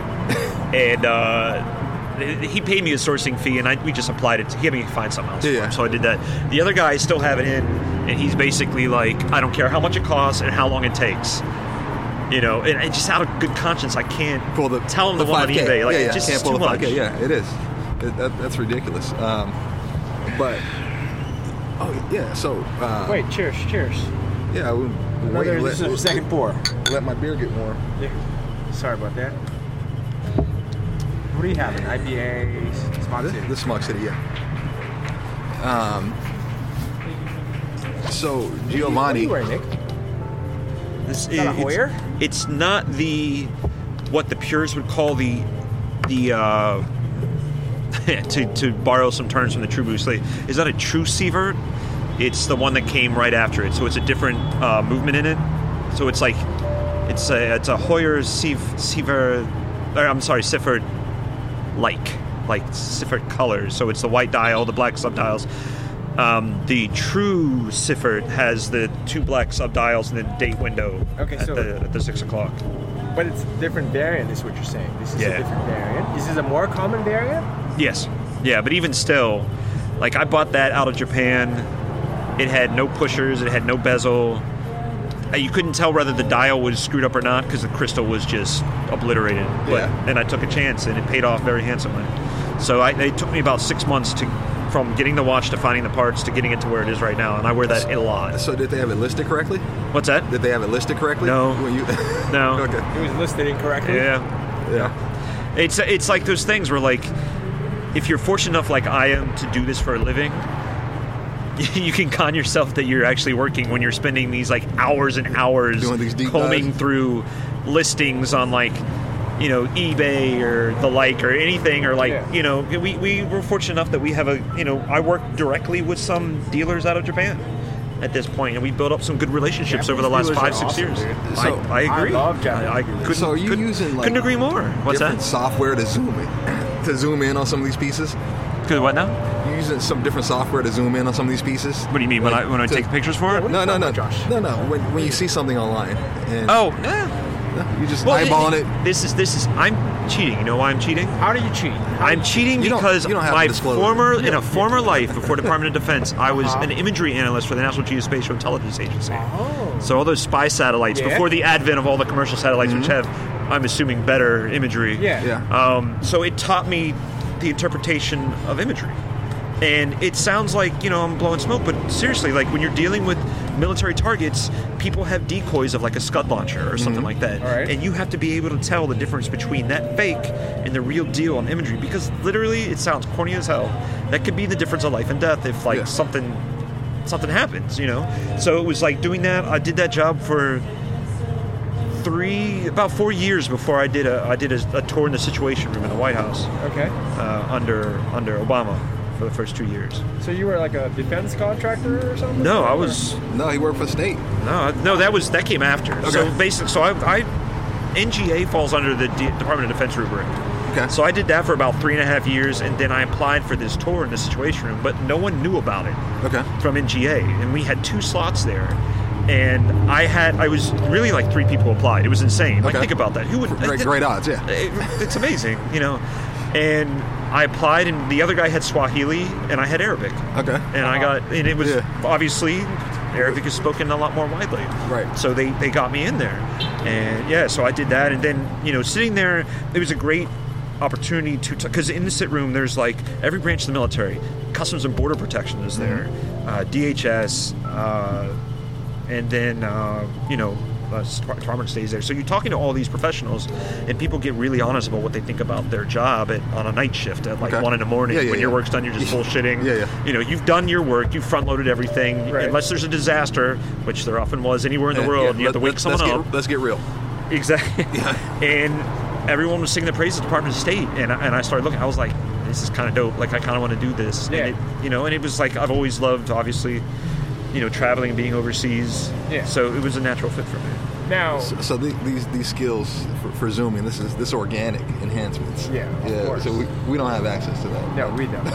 and uh he paid me a sourcing fee and I, we just applied it to him and he find something else Yeah, for yeah. him. so i did that the other guy I still have it in and he's basically like i don't care how much it costs and how long it takes you know and, and just out of good conscience i can't Pull the tell him the, one on 5K. ebay like yeah, yeah. it just can't is pull too the much 5K. Yeah, it is. It, that, that's ridiculous. Um, but oh yeah, so uh, Wait, cheers, cheers. yeah, I would- wait, Another, this is a second pour. let my beer get warm. Sorry about that. What are you having? IPAs, This, sponsored. this is Smog City, yeah. Um, so Giovanni, What are you wearing, Nick? This that a it's- Hoyer? It's, not the what the purists would call the the uh, to to borrow some terms from the true Bruce Lee. Is not a true seaver. It's the one that came right after it, so it's a different uh, movement in it. So it's like it's a it's a Hoyer Siev, Siever, or I'm sorry, Sifford like like Sifford colors. So it's the white dial, the black subdials. Um, the true Sifford has the two black subdials and the date window Okay, at, so- the, at the six o'clock. But it's a different variant, is what you're saying. This is Yeah. a different variant. This is a more common variant. Yes. Yeah, but even still, like I bought that out of Japan. It had no pushers. It had no bezel. Uh, You couldn't tell whether the dial was screwed up or not because the crystal was just obliterated. But, Yeah. And I took a chance, and it paid off very handsomely. So I, it took me about six months to, from getting the watch to finding the parts to getting it to where it is right now, and I wear that a lot. So did they have it listed correctly? What's that? Did they have it listed correctly? No. When you, No. okay. It was listed incorrectly. Yeah. Yeah. It's it's like those things where like if you're fortunate enough like I am to do this for a living, you can con yourself that you're actually working when you're spending these like hours and hours Doing these deep combing dives. through listings on like you know eBay or the like or anything or like Yeah. you know we, we were fortunate enough that we have a you know I work directly with some dealers out of Japan at this point and we built up some good relationships over the Japanese last five dealers are six awesome, years. dude. I, So, I I agree. love Japanese I, I dealers. couldn't, So are you couldn't- using, like, couldn't agree more. What's different that? software to zoom in, to zoom in on some of these pieces. Because what now? You using some different software to zoom in on some of these pieces. What do you mean when Like, I when I to- take pictures for it? Oh No, no, no, Josh. No, no. When, when you see something online, and Oh, no. you just Well, eyeballing it. This is this is I'm cheating. You know why I'm cheating? How do you cheat? I'm cheating You don't- because you don't have to my disclose it. former You in a don't- Uh-huh. former life before Department of Defense, I was an imagery analyst for the National Geospatial Intelligence Agency. Oh. So all those spy satellites Yeah. before the advent of all the commercial satellites, which have, I'm assuming, better imagery. Yeah. Mm-hmm. Yeah. Um, so it taught me the interpretation of imagery. And it sounds like, you know, I'm blowing smoke, but seriously, like when you're dealing with military targets, people have decoys of like a scud launcher or something like that. Mm-hmm. All right. And you have to be able to tell the difference between that fake and the real deal on imagery because literally it sounds corny as hell. That could be the difference of life and death if like Yeah. something something happens, you know. So it was like doing that. I did that job for three, about four years before I did a I did a, a tour in the Situation Room in the White House Okay. uh, under under Obama for the first two years. So you were like a defense contractor or something? No, I was No, he worked for the state. no I- no that was that came after. So Okay. basically, so I, I NGA falls under the D- Department of Defense rubric. Okay. So I did that for about three and a half years, and then I applied for this tour in the Situation Room, but no one knew about it. okay. from NGA, and we had two slots there. And I had, I was really like three people applied. It was insane. Like Okay. think about that. Who would? uh, Great, great odds. Yeah. It- it's amazing, you know. And I applied, and the other guy had Swahili, and I had Arabic. Okay. And I got, and it was Yeah. obviously Arabic is spoken a lot more widely. Right. So they they got me in there, and yeah, so I did that, and then you know sitting there, it was a great opportunity to because in the sit room there's like every branch of the military, Customs and Border Protection is Mm-hmm. there, uh, DHS. Uh, and then uh, you know uh, Star- Tarmac stays there. So you're talking to all these professionals, and people get really honest about what they think about their job at, on a night shift at like Okay. one in the morning. Yeah, yeah, when your yeah. work's done, you're just bullshitting. Yeah, yeah. You know, you've done your work, you've front loaded everything. Right. Unless there's a disaster, which there often was anywhere in the Yeah, world, yeah, and you have to let- wake let's- someone let's up. Get, let's get real. Exactly. and everyone was singing the praises of the Department of State, and I, and I started looking. I was like, this is kind of dope. Like, I kind of want to do this. Yeah. And it, you know, and it was like I've always loved, obviously, you know, traveling and being overseas. Yeah. So it was a natural fit for me. Now, So, so the, these these skills for, for zooming, this is this organic enhancements. Yeah, of yeah. course. So we, we don't have access to that. no, we don't.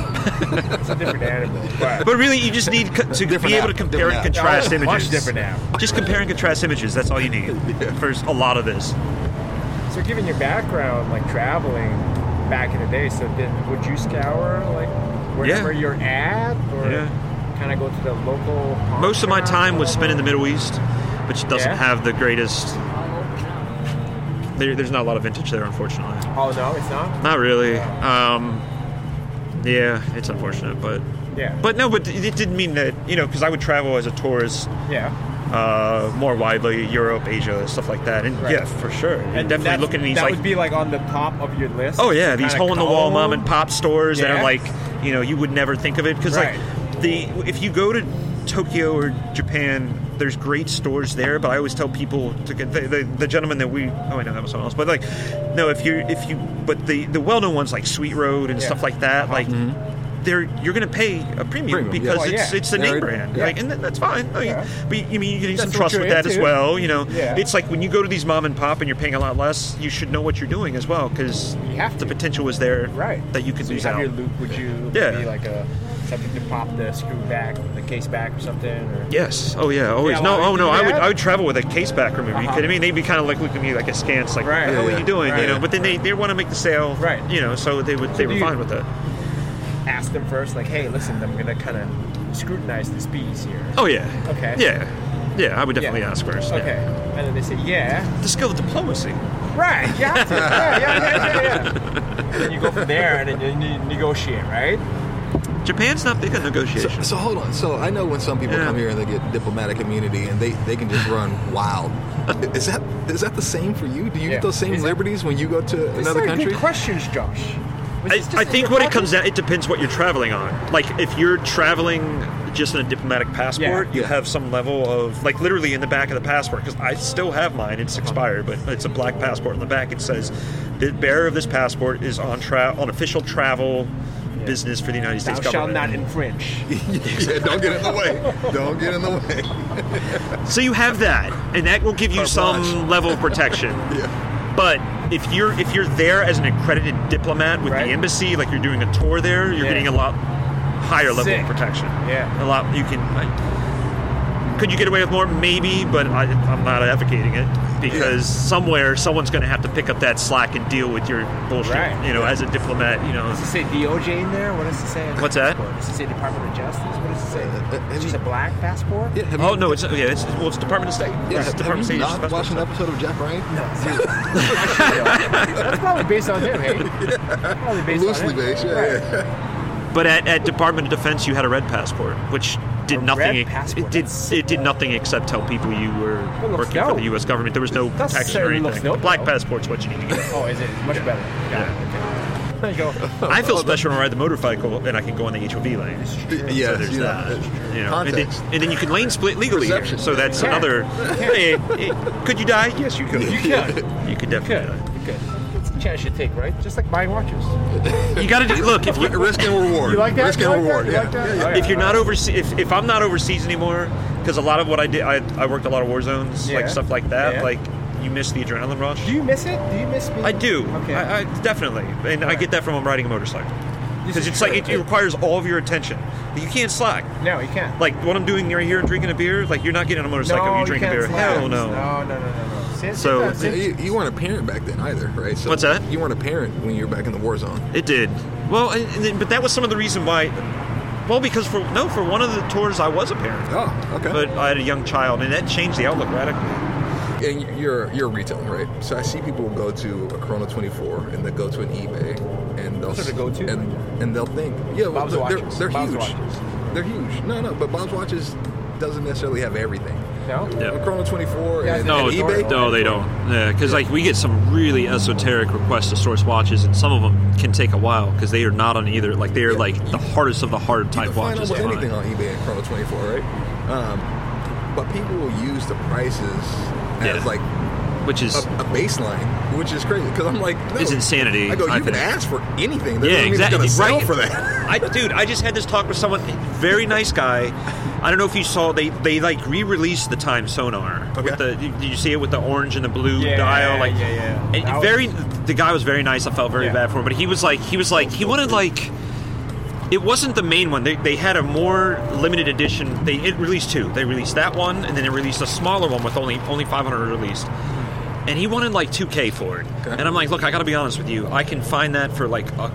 it's a different animal. But, But really, you just need co- to Different be able to app, compare different and app. contrast Yeah, images. much different app. Just compare and contrast images. That's all you need for a lot of this. so given your background, like traveling back in the day, so did would you scour like wherever you're at, or Yeah. kind of go to the local? pawn Most of my shop time was or- spent in the Middle East, which doesn't Yeah? have the greatest. There, there's not a lot of vintage there, unfortunately. Oh no, it's not. Not really. Um, yeah, it's unfortunate, but Yeah. but no, but it didn't mean that you know because I would travel as a tourist yeah, uh, more widely, Europe, Asia, stuff like that, and Right. yeah, for sure, and that's- definitely looking at these That like would be like on the top of your list. oh yeah, these Kinda hole in the wall mom and column. pop stores that Yeah. are like you know you would never think of it because Right. like the if you go to Tokyo or Japan. There's great stores there, but I always tell people to get the, the, the gentleman that we oh I know that was someone else, but like no if you if you but the the well known ones like Sweet Road and Yeah. stuff like that like they're you're gonna pay a premium, Premium, yeah. because Well, it's yeah. it's the Yeah, name it- brand yeah. like and that, that's fine I mean, Yeah. but you mean you need some That's what trust you're with that as into. well you know Yeah. it's like when you go to these mom and pop and you're paying a lot less you should know what you're doing as well because You have the to. potential is there right that you could so lose you have out. your loop would you Yeah. be like a something to pop the screw back, the case back, or something. Or Yes. Oh yeah. Always. Yeah, no. well, Oh no. I would. yeah. I would travel with a case back remover. You Uh-huh. kidding me? They'd be kind of like looking at me like askance, like, Right. "What the hell Yeah, are yeah. you doing?" Right. You know. But then they they want to make the sale. Right. You know. So they would. They do were you- fine with that. ask them first, like, hey, listen, I'm gonna kind of scrutinize this piece here. Oh yeah. Okay. Yeah. Yeah. I would definitely ask first. yeah. Okay. And then they say, yeah. The skill of diplomacy. Right. You have to. yeah. Yeah. Yeah. Yeah. yeah. and then you go from there, and then you ne- negotiate, right? Japan's not big on negotiation. So, so hold on. So I know when some people Yeah. come here and they get diplomatic immunity and they, they can just run wild. Is that is that the same for you? Do you Yeah. get those same Is it- liberties when you go to These another are country? Good questions, Josh. Was I, this just I a think what it podcast? comes down, it depends what you're traveling on. Like if you're traveling just in a diplomatic passport, Yeah. you Yeah. have some level of like literally in the back of the passport because I still have mine. It's expired, but it's a black passport. In the back, it says the bearer of this passport is on tra- on official travel business for the United States Thou shalt not government. infringe. Yeah, don't get in the way. Don't get in the way. so you have that, and that will give you Carte some blanche. level of protection. Yeah. But if you're if you're there as an accredited diplomat with Right. the embassy, like you're doing a tour there, you're Yeah. getting a lot higher level Sick. of protection. Yeah. a lot you can. I, could you get away with more? Maybe, but I, I'm not advocating it because somewhere someone's going to have to pick up that slack and deal with your bullshit. Right. You know, as a diplomat, you know. Does it say DOJ in there? What does it say? What's that? Does it say Department of Justice? What does it say? Uh, uh, have it's just you- a black passport? Yeah, have Oh you- no, it's yeah, it's well, it's Department of State. Yeah, it's have, have Department of you State. it's not Department watched of an State. episode of Jack Ryan? That's probably based on him, hey? Probably based Loosely on him. based, yeah, Right. yeah. But at, at Department of Defense, you had a red passport, which did A nothing. red passport, It did that's- it did nothing except tell people you were Well, looks working for dope. the U.S. government. There was no That's protection or certainly anything. looks The dope, black though. passport's what you need to get. Oh, is it? It's much better. Got it. Okay. There you go. I feel special when I ride the motorcycle and I can go on the HOV lane. Yes, so there's you know, that. You know, And, Context. then, and then you can lane split legally. here. Perception. So that's Yeah. another. Hey, hey, could you die? Yes, you could. You could. You could Good. definitely Good. It's a chance you take, right? Just like buying watches. die. You got to look if you Risk and reward. You like that? Risk You and like that? reward. You yeah. like that? Yeah, yeah. All right. if you're not overseas, if, if I'm not overseas anymore, because a lot of what I did, I, I worked a lot of war zones, Yeah. like stuff like that. Yeah. Like you miss the adrenaline rush. Do you miss it? Do you miss me? I do. Okay. I, I definitely, and I get that from riding a motorcycle This because is it's like it, true. it requires all of your attention. You can't slack. no, you can't. Like what I'm doing right here, drinking a beer. Like you're not getting on a motorcycle. no, you drink a can't beer. slack. Hell no. No, no, no, no, no. Since So- it's Yeah, not- You, you weren't a parent back then either, right? So What's that? You weren't a parent when you were back in the war zone. It did. Well, and, and then- but that was some of the reason why. Well, because for no, for one of the tours I was a parent, Oh, okay. but I had a young child, and that changed the outlook radically. And y- you're you're a retailer, right? So I see people go to a Corona 24 and they go to an eBay and they'll Those are the go-to. and, and they'll think, yeah, well, Bob's they're, they're- Watches. they're Bob's huge. Watches. They're huge. No, no, but Bob's watches doesn't necessarily have everything. No? Yeah. A Corona 24 Yeah, and, I No, and think eBay. it's no, they don't. Yeah, because like we get some really esoteric requests to source watches, and some of them can take a while because they are not on either. Like they are like the hardest of the hard You type can find watches. almost to find. anything on eBay and Chrono 24, right? Um, but people will use the prices as Yeah. like which is a, a baseline, which is crazy. Because I'm like, no. It's insanity, I go, you I can think. ask for anything. That yeah, doesn't mean exactly. It's gonna sell right. for that. I, dude, I just had this talk with someone, very nice guy. I don't know if you saw they they like re-released the time sonar. With Okay. the did you see it with the orange and the blue Yeah, dial? Like yeah, yeah. and That was- very the guy was very nice. I felt very Yeah. bad for him, but he was like he was like he wanted like it wasn't the main one. They, they had a more limited edition. They it released two. They released that one, and then they released a smaller one with only only 500 released. And he wanted like 2K for it. Okay. And I'm like, look, I got to be honest with you. I can find that for like a,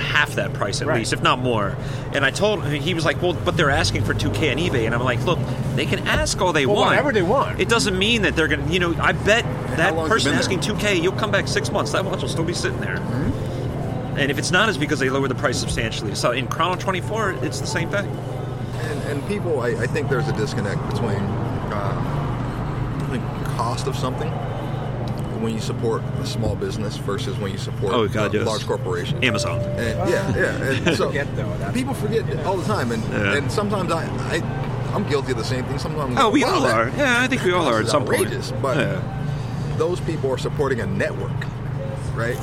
half that price at Right. least, if not more. And I told him, he was like, well, but they're asking for 2K on eBay. And I'm like, look, they can ask all they Well, want. whatever they want. It doesn't mean that they're going to, you know, I bet that long has it person been there? asking 2K, you'll come back six months. That watch will still be sitting there. Mm-hmm. And if it's not, it's because they lowered the price substantially. So in Chrono 24, it's the same thing. And, and people, I, I think there's a disconnect between uh, the cost of something when you support a small business versus when you support Oh, God, a yes. large corporation. Amazon. And yeah, yeah. And so forget, though, that- people forget all the time, and Yeah. and sometimes I, I I'm guilty of the same thing. Sometimes Oh, we wow, all that- are. Yeah, I think we all cost are at is some outrageous, point. but- yeah. Those people are supporting a network, right?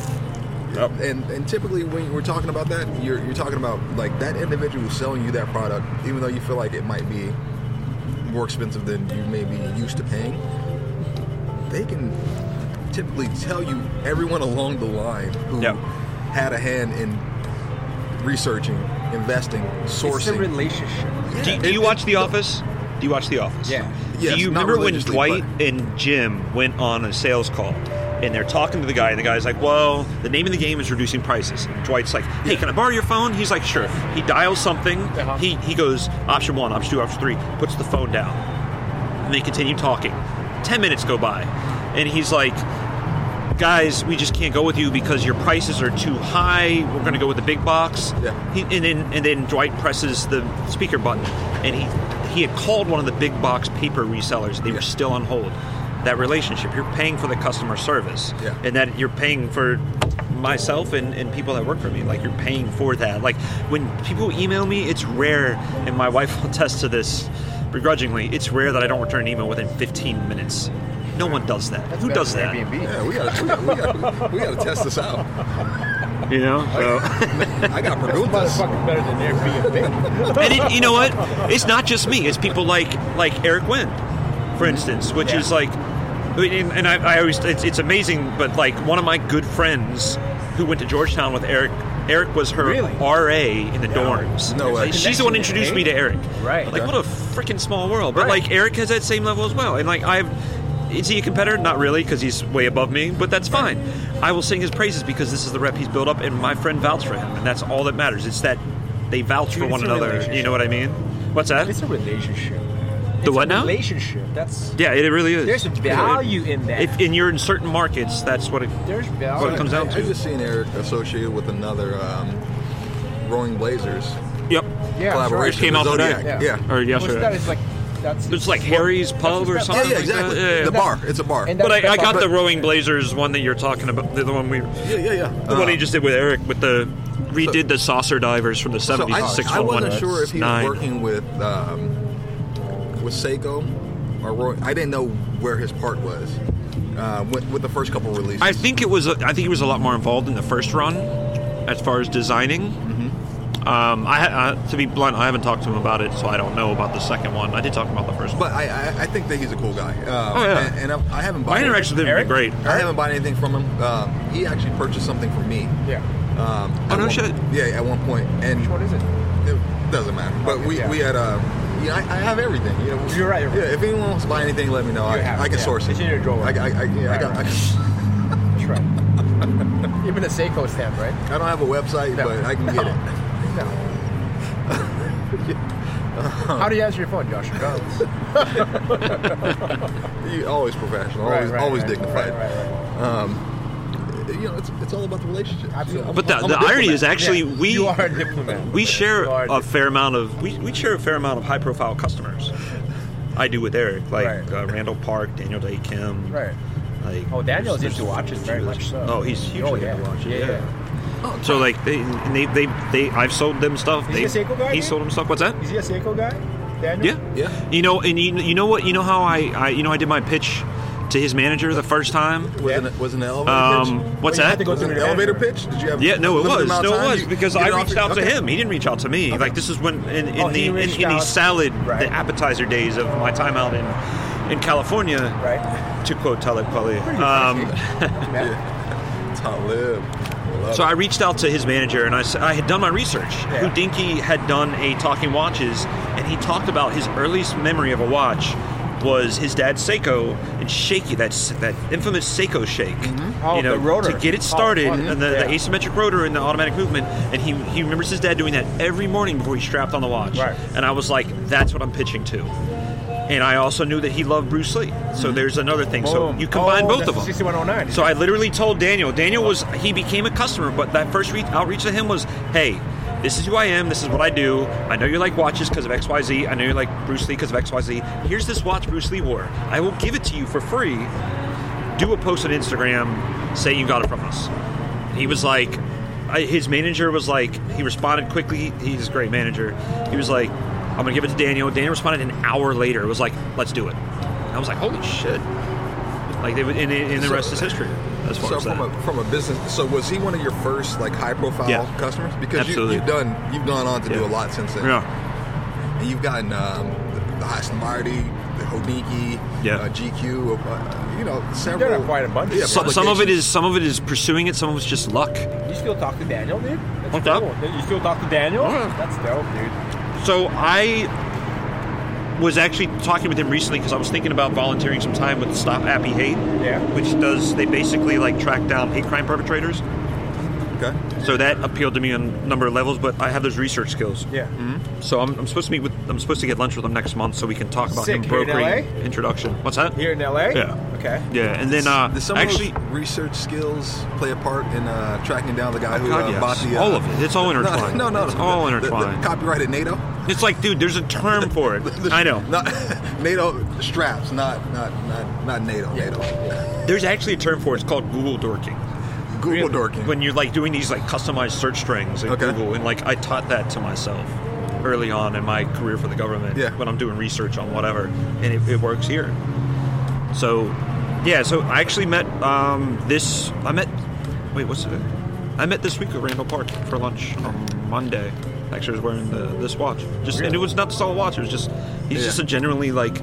Yep. And and typically when we're talking about that, you're you're talking about like that individual who's selling you that product, even though you feel like it might be more expensive than you may be used to paying. They can typically tell you everyone along the line who Yep. had a hand in researching investing, sourcing. It's a relationship. Do, do you watch The Office? Do you watch The Office? Yeah. Yes, do you not remember when religiously, Dwight and Jim went on a sales call? And they're talking to the guy, and the guy's like, "Well, the name of the game is reducing prices." And Dwight's like, "Hey, can I borrow your phone?" He's like, "Sure." He dials something. Uh-huh. He he goes option one, option two, option three. Puts the phone down, and they continue talking. Ten minutes go by, and he's like, "Guys, we just can't go with you because your prices are too high. We're going to go with the big box." Yeah. He, and then and then Dwight presses the speaker button, and he he had called one of the big box paper resellers. They were still on hold. That relationship, you're paying for the customer service, Yeah. and that you're paying for myself and, and people that work for me. Like you're paying for that. Like when people email me, it's rare, and my wife will attest to this begrudgingly. It's rare that I don't return an email within 15 minutes. No one does that. Who does that? Yeah, we gotta, we, gotta, we, gotta, we gotta test this out. You know. So. I got preguntas. Motherfucking better than Airbnb. and it, you know what? It's not just me. It's people like like Eric Wynn, for instance, which is like, I mean, and I, I always it's, it's amazing. But like one of my good friends who went to Georgetown with Eric. Eric was her Really? RA in the dorms. No way. She's the one who Connection introduced there, me to Eric. Right. Like what a freaking small world. But Right. like Eric has that same level as well. And like I've. Is he a competitor? Not really, because he's way above me, but that's fine. I will sing his praises because this is the rep he's built up, and my friend vouched for him, and that's all that matters. It's that they vouch for Dude, one it's a another. You relationship. know what I mean? What's that? It's a relationship. man. The It's a what now? Relationship. That's yeah, it really is. there's value in that. If and you're in certain markets, that's what it. there's value. Well, it comes out I, I just seen Eric associated with another um, Roaring Blazers Yep. yeah, collaboration. Came out with today. Zodiac. Yeah. Yeah. Or What's that? yesterday. It's like that's. It's like Harry's Pub or That's- Yeah, something. yeah, like that. exactly. Yeah, yeah. The bar. It's a bar. And yeah, that- But I, I got But- the Rowing Blazers one that you're talking about. The one we, the yeah, yeah. one Uh, he just did with Eric with the redid the saucer divers from the so '70s. I, six I one one wasn't sure if he nine. was working with um, with Seiko or Roy. I didn't know where his part was uh, with, with the first couple releases. I think it was. I think he was a lot more involved in the first run, as far as designing. Mm-hmm. Um, I, ha- uh, to be blunt, I haven't talked to him about it, so I don't know about the second one. I did talk about the first one. but I, I, I think that he's a cool guy. Uh, Oh, yeah. And, and I, I haven't bought. My interaction with him Eric? has been great. I haven't bought anything from him. Um, he actually purchased something from me. Yeah. Um, Oh, at no one- shit. Yeah, at one point, and What is it? it doesn't matter. But we, yeah. we had a. Yeah, I, I have everything. You know, You're right, you're right. Yeah, if anyone wants to buy anything, let me know. I, have I it, can yeah. source it. It's in your drawer. I, I, I, yeah, I Right, got. I, right. That's right. You've been a Seiko stand, right? I don't have a website, No. but I can get it. No. How do you answer your phone, Josh? Regardless. You always professional, Right, always, right, always right, dignified. Right, right, right. You know, it's, it's all about the relationship. Absolutely. But the, I'm a the irony is diplomat. actually Yeah. we you are a diplomat. we share You are a fair amount of we, we share a fair amount of high profile customers. I do with Eric, like Right. uh, Randall Park, Daniel Day Kim. Right. Like Oh, Daniel's there's- into watches very there's- much so. Oh, he's hugely Oh, yeah. into watches. Yeah, Yeah. yeah. So like they, and they they they I've sold them stuff. Is they he a Seiko guy, he dude? sold them stuff. What's that? Is he a Seiko guy? Daniel? Yeah, Yeah. You know, and you, you know what? You know how I, I you know I did my pitch to his manager the first time. was, it an, was it an elevator Um, pitch? what's Well, you had that? to go Was it through an the elevator elevator. pitch? Did you have? Yeah, no, it limited was. amount of No, it time? was You- because you I get off reached your- out to okay. him. He didn't reach out to me. Like this is when in, in Oh, the he in, reached in the out. salad, Right. the appetizer days of my time out in in California. Right. To quote Talib Kweli. Um, Talib. Love so it. I reached out to his manager, and I, s- I had done my research. Yeah. Houdinki had done a Talking Watches, and he talked about his earliest memory of a watch was his dad's Seiko and shaky that s- that infamous Seiko shake. Oh, you know, the rotor. to get it Oh, started, mhm. and the, Yeah. the asymmetric rotor and the automatic movement. And he he remembers his dad doing that every morning before he strapped on the watch. Right. And I was like, that's what I'm pitching to. And I also knew that he loved Bruce Lee. So there's another thing. So Mm-hmm. Boom. you combine Oh, both that's of them. 6109. So I literally told Daniel. Daniel was he became a customer, but that first re- outreach to him was, "Hey, this is who I am. This is what I do. I know you like watches because of X Y Z. I know you like Bruce Lee because of X Y Z. Here's this watch Bruce Lee wore. I will give it to you for free. Do a post on Instagram, say you got it from us." He was like, I, his manager was like, he responded quickly. He's a great manager. He was like, I'm gonna give it to Daniel. Daniel responded an hour later. It was like, let's do it. I was like, holy shit. Like they would, and, and the So- rest is history. As far So as from that. a from a business, so was he one of your first like high profile Yeah. customers? Because you, Absolutely. you've done you've gone on to do Yeah. a lot since then. yeah, And you've gotten um, the, the Aston Martin, the Hodinkee, Yeah. uh, GQ, uh, you know several. quite a bunch. Yeah, some, some of it publications. is some of it is pursuing it. Some of it's just luck. You still talk to Daniel, dude? That's That's What's cool. up? You still Dr. Daniel? Yeah. That's dope, dude. So I was actually talking with him recently because I was thinking about volunteering some time with Stop Appy Hate, Yeah. which does they basically like track down hate crime perpetrators. Okay. So that appealed to me on a number of levels, but I have those research skills. Yeah. So I'm, I'm supposed to meet with I'm supposed to get lunch with him next month, so we can talk about Sick. him Here in brokering LA? introduction. What's that? Here in LA? Yeah. Okay. Yeah, and then uh, Does some actually, of those research skills play a part in uh, tracking down the guy who God, uh, yes. bought the? Uh, All of it. It's all No, intertwined. No, no, It's no. all The- the- intertwined. The, copyrighted NATO. it's like, dude, there's a term for it. I know. Not, NATO straps, not not not not NATO. NATO. There's actually a term for it. It's called Google dorking. Google dorking. When you're like doing these like customized search strings in Okay. Google, and like I taught that to myself early on in my career for the government Yeah. when I'm doing research on whatever, and it, it works here. So, yeah. So I actually met um, this. I met. Wait, what's it? I met this week at Randall Park for lunch on Monday. Actually, I was wearing the, this watch. Just and it was not the solid watch. It was just he's Yeah. just a genuinely like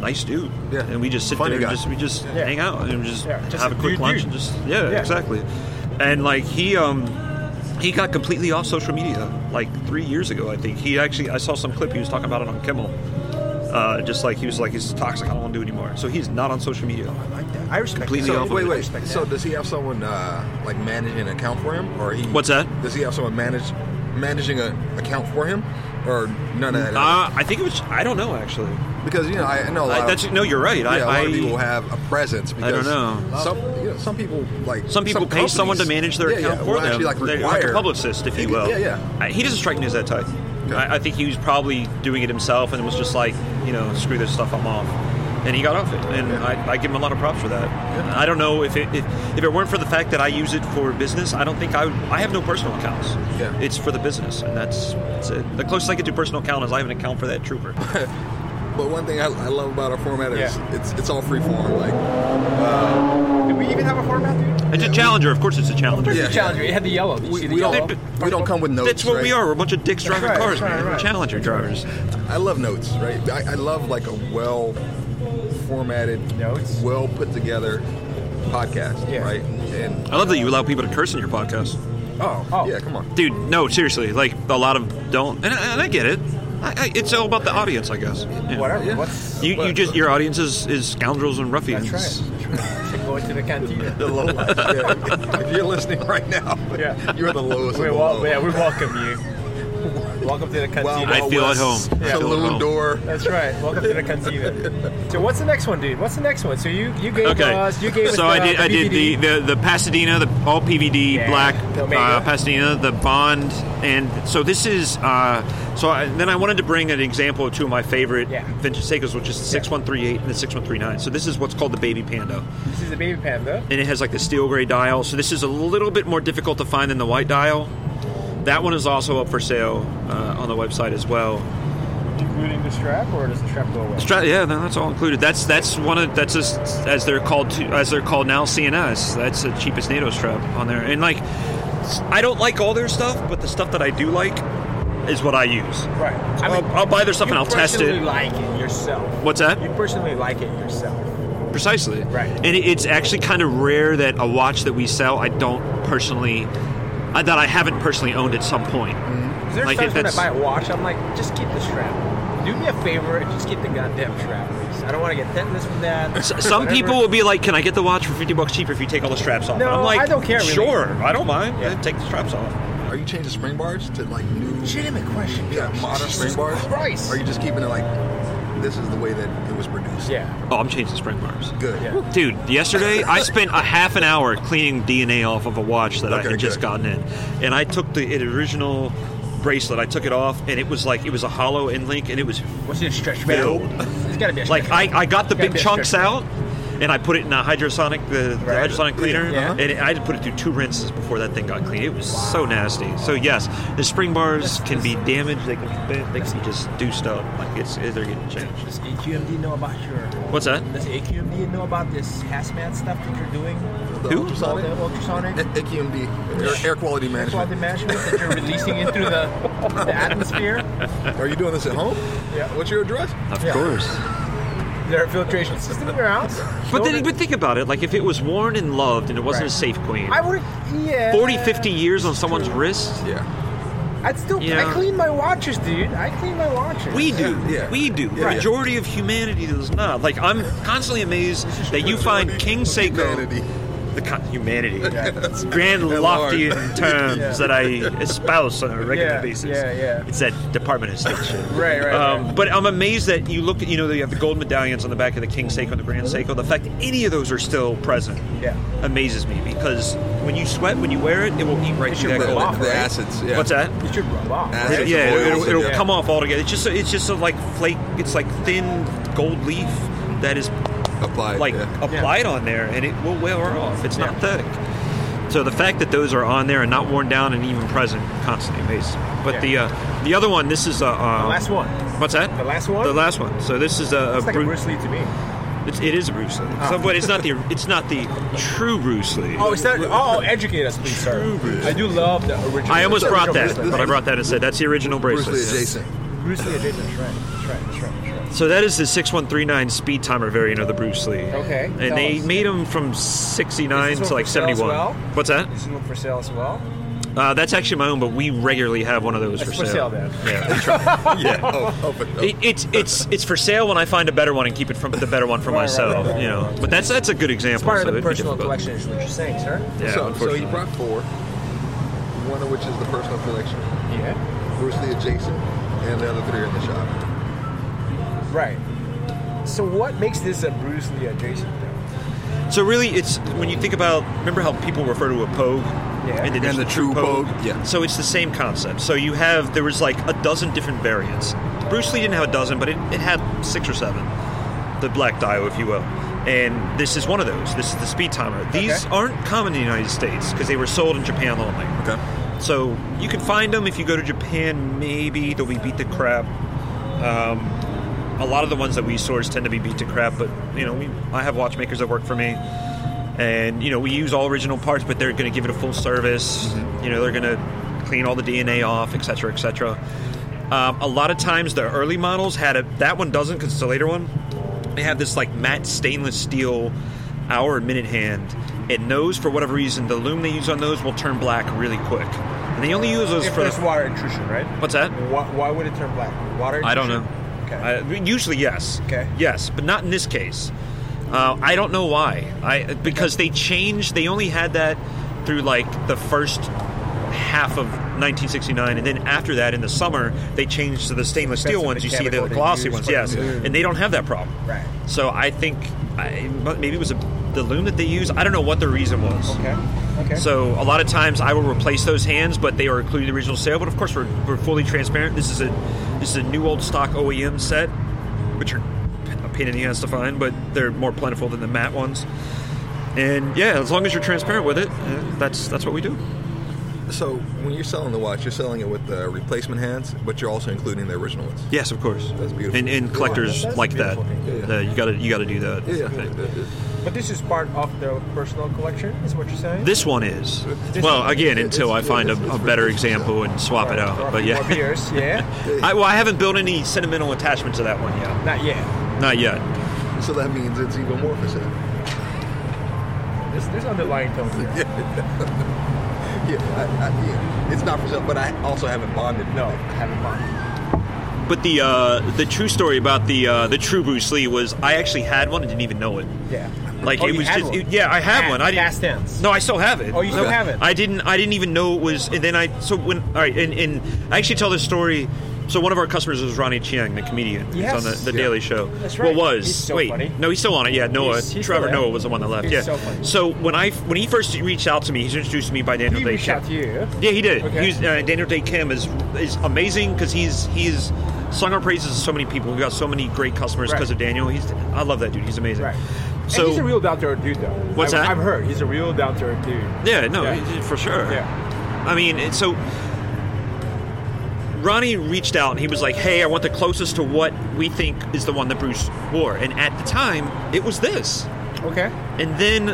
nice dude. Yeah. And we just sit Funny there guy. and just we just Yeah. hang out and just Yeah, just have a a quick dude, lunch dude. and just yeah, Yeah. exactly. And like he um he got completely off social media like three years ago. I think he actually I saw some clip he was talking about it on Kimmel. Uh, just like he was like it's toxic. I don't want to do it anymore. So he's not on social media. I respect Completely that. so, off of wait, it. wait. So does he have someone uh, like managing an account for him, or he? What's that? Does he have someone manage managing an account for him, or none of that? Uh, I think it was. I don't know actually. because you know, I I know a lot I, of- that's no. You're right. I, yeah, a lot I, of people have a presence. I don't Because know. Some you know, some people like Some people pay companies- someone to manage their yeah, account yeah, for will them. Actually, like They're require like a publicist, if you will. Yeah, yeah. I- he doesn't strike me as that type. Okay. I, I think he was probably doing it himself and was just like, you know, screw this stuff, I'm off. And he got off it, and Yeah. I, I give him a lot of props for that. I don't know if it if, if it weren't for the fact that I use it for business, I don't think I would, I have no personal accounts. Yeah. It's for the business, and that's that's it. The closest I get to a personal account is I have an account for that trooper. But one thing I, I love about our format is Yeah. it's it's all free form. Like Did we even have a format, dude? It's a challenger, of course. It's a challenger. There's Yeah, a challenger. yeah. It had the yellow. Did you we, see the we yellow? don't we don't come with notes. That's what we right? are. We're a bunch of dicks driving right, cars, that's right, man. We're right. challenger drivers. I love notes, right? I, I love like a well formatted, Notes? well put together podcast, Yeah. right? And I love that you allow people to curse in your podcast. oh, Oh. yeah, come on. Dude, no, seriously. Like, a lot of don't. And I, and I get it. I, I, it's all about the audience, I guess. Yeah. Whatever. Yeah. What's You, you What? just, your audience is, is scoundrels and ruffians. That's right. That's right. Going to the cantina. The low life. Yeah. if you're listening right now, Yeah. you're the lowest. of We the wel- low. yeah, we welcome you. Welcome to the cantina. Wild, I Wild feel at West, home. I feel at Saloon home. door. That's right. Welcome to the cantina. So what's the next one, dude? What's the next one? So you you gave us you gave Okay. So us uh, I the, did. the I did DVD. the, the the Pasadena, the all PVD Yeah, black the uh, Omega. Pasadena, the Bond, and so this is. Uh, so I, then I wanted to bring an example of two of my favorite Yeah. vintage Seikos, which is the six one three eight and the six one three nine. So this is what's called the baby panda. This is the baby panda. and it has like the steel gray dial. So this is a little bit more difficult to find than the white dial. That one is also up for sale uh, on the website as well. Including the strap, or does the strap go away? Stra- yeah, no, that's all included. That's that's one of that's just, as they're called to, as they're called now CNS. That's the cheapest NATO strap on there. And like, I don't like all their stuff, but the stuff that I do like is what I use. Right. I I'll- I'll buy their stuff and you I'll test it. personally like it yourself. What's that? You personally like it yourself. Precisely. Right. And it- it's actually kind of rare that a watch that we sell, I don't personally, I, that I haven't personally owned at some point. Is there Like, times if when I that's- buy a watch, I'm like, just keep the strap. Do me a favor and just keep the goddamn strap, please. I don't want to get tetanus from that. S- Some Whatever. people will be like, "Can I get the watch for fifty bucks cheaper if you take all the straps off?" No, And I'm like, I don't care, really. Sure, I don't mind. Yeah. Yeah, Take the straps off. Are you changing spring bars to like new? Legitimate question. Yeah, modern Jesus spring bars. Christ. Are you just keeping it like this is the way that it was produced? Yeah. Oh, I'm changing spring bars. Good. Yeah. Dude, yesterday I spent a half an hour cleaning DNA off of a watch that I Okay, had just good. gotten in, and I took the it original bracelet. I took it off, and it was like it was a hollow end link, and it was What's your stretch Build. band? It's gotta be a like stretch I, I got the Gotta big be a chunks stretch. out. And I put it in a hydrosonic, the, the Right. hydrosonic cleaner, Yeah. and it, I had to put it through two rinses before that thing got clean. It was so nasty. So yes, the spring bars That's- can be damaged. They can be bent. They can be just do stuff. Like it's they're getting changed. Does AQMD know about your? What's that? Does AQMD know about this hazmat stuff that you're doing? The Who? ultrasonic? All the ultrasonic. A- AQMD, air, air quality management. That's why the management that you're releasing into the, the atmosphere. Are you doing this at home? Yeah. Uh, What's your address? Of Yeah. course. their filtration system in their house. But Build then, it. but think about it. Like if it was worn and loved, and it wasn't a Right. safe queen. I would, yeah. 40, 50 years on someone's True. wrist. Yeah. I'd still, Yeah. I clean my watches, dude. I clean my watches. We do. Yeah, yeah. We do. The Right. Majority of humanity does not. Like I'm constantly amazed that you find King Seiko, Humanity. the con- humanity, That's- grand at lofty large. terms Yeah. that I espouse on a regular Yeah, basis. yeah, yeah. It's that Department of State shit. Right, right. right. Um, but I'm amazed that you look at, you know, you have the gold medallions on the back of the King Seiko and the Grand Seiko. The fact that any of those are still present Yeah. amazes me because when you sweat, when you wear it, it will eat right It through should that rub gold. off, the, the right? acids. Yeah. What's that? It should rub off. Ah, right? It's yeah, oils it'll, and- it'll yeah. come off altogether. It's just a, it's just a like flake. It's like thin gold leaf that is Applied. like yeah. applied on there, and it will wear off. It's not thick. So the fact that those are on there and not worn down and even present constantly amazes me. But Yeah. the uh, the other one, this is a uh, The last one. What's that? The last one? The last one. So this is a, a It's like a Bru- Bruce Lee to me. It's, it is a Bruce Lee. So- but it's not the it's not the true Bruce Lee. Oh, it's not. Oh, Oh, educate us, please, sir. True Bruce. I do love the original. I almost It's brought original that, Bruce Lee. but I brought that and said that's the original Bruce bracelet. Lee adjacent. Bruce Lee adjacent. That's right. That's right. That's right. That's right. So that is the 6139 speed timer variant of the Bruce Lee. Okay, And tell they us. made them from 69 Is this to one like for sale as 71. well? What's that? Is this one for sale as well? Uh, that's actually my own, but we regularly have one of those That's for for sale, sale. then. Yeah, we try. yeah. Oh, open. It, it's it's it's for sale when I find a better one and keep it from the better one for Right, right, myself. right, right, you know, but that's that's a good example. Part so of the it'd be personal difficult. collection is what you're saying, sir. Yeah, so, so unfortunately. you brought four, one of which is the personal collection, Yeah. Bruce Lee adjacent, and the other three are in the shop. Right. So what makes this a Bruce Lee adjacent thing? So really, it's when you think about. Remember how people refer to a pogue. Yeah. in addition And the to true pogue, yeah. So it's the same concept. So you have there was like a dozen different variants. Bruce Lee didn't have a dozen, but it, it had six or seven. The black dial, if you will. And this is one of those. This is the speed timer. These Okay. aren't common in the United States because they were sold in Japan only. Okay. So you can find them if you go to Japan. Maybe they'll be beat the crap. Um, a lot of the ones that we source tend to be beat to crap, but you know, we, I have watchmakers that work for me, and you know, we use all original parts, but they're going to give it a full service. Mm-hmm. You know, they're going to clean all the DNA off, et cetera, et cetera. Um, a lot of times, the early models had a that one doesn't because it's a later one. They have this like matte stainless steel hour and minute hand, and those for whatever reason, the loom they use on those will turn black really quick, and they only use those If for there's the, water intrusion, right? what's that? Why, why would it turn black? Water? I don't know. intrusion? Okay. Uh, usually, yes. Okay. Yes, but not in this case. Uh, I don't know why. I because they changed. They only had that through like the first half of 1969, and then after that, in the summer, they changed to the stainless steel Expensive ones. You see mechanical the they glossy use ones, for yes, the loom. and they don't have that problem. Right. So I think I, but maybe it was a, the loom that they used. I don't know what the reason was. okay. Okay. So a lot of times I will replace those hands, but they are included in the original sale. But of course, we're, we're fully transparent. This is a this is a new old stock OEM set, which are a pain in the ass to find, but they're more plentiful than the matte ones. And yeah, as long as you're transparent with it, eh, that's that's what we do. So when you're selling the watch, you're selling it with the replacement hands, but you're also including the original ones. Yes, of course. That's beautiful. And, and collectors That's a like that. beautiful thing. Yeah, Uh, you gotta you gotta do that. Yeah, yeah. thing. but this is part of the personal collection, is what you're saying? This one is This- well again it's- until I it's- find it's- a, a it's better ridiculous. example and swap Or- it or out. But more yeah, beers, yeah. I, well I haven't built any sentimental attachment to that one yet. Not yet. Not yet. So that means it's even more for sale. There's, there's underlying tones here. Yeah, I, I, yeah, it's not for sale, but I also haven't bonded. No, I haven't bought. But the uh, the true story about the uh, the true Bruce Lee was I actually had one and didn't even know it. it. Yeah. Like Oh, it you was had just one? it- yeah, I have Pa- one. I didn't. past tense. No, I still have it. Oh, you still Okay. have it. I didn't. I didn't even know it was. And then I. So when. All right. And, and I actually tell this story. So one of our customers is Ronnie Chiang, the comedian. Yes. He's on the, the Yeah. Daily Show. That's right. Well, was He's so wait. funny. No, he's still on it. Yeah, Noah. He's- he's Trevor still there. Noah was the one that left. He's yeah. so funny. So when I when he first reached out to me, he introduced me by Daniel He Day. reached out to you. Yeah, he did. Okay. He was, uh, Daniel Day Kim is is amazing because he's he's sung our praises to so many people. We've got so many great customers because Right. of Daniel. He's I love that dude. He's amazing. Right. So and he's a real down to earth dude, though. What's I've, that? I've heard he's a real down to earth dude. yeah, no, Yeah. he- for sure. Yeah. I mean, and so Ronnie reached out and he was like, "Hey, I want the closest to what we think is the one that Bruce wore." And at the time, it was this. Okay. And then,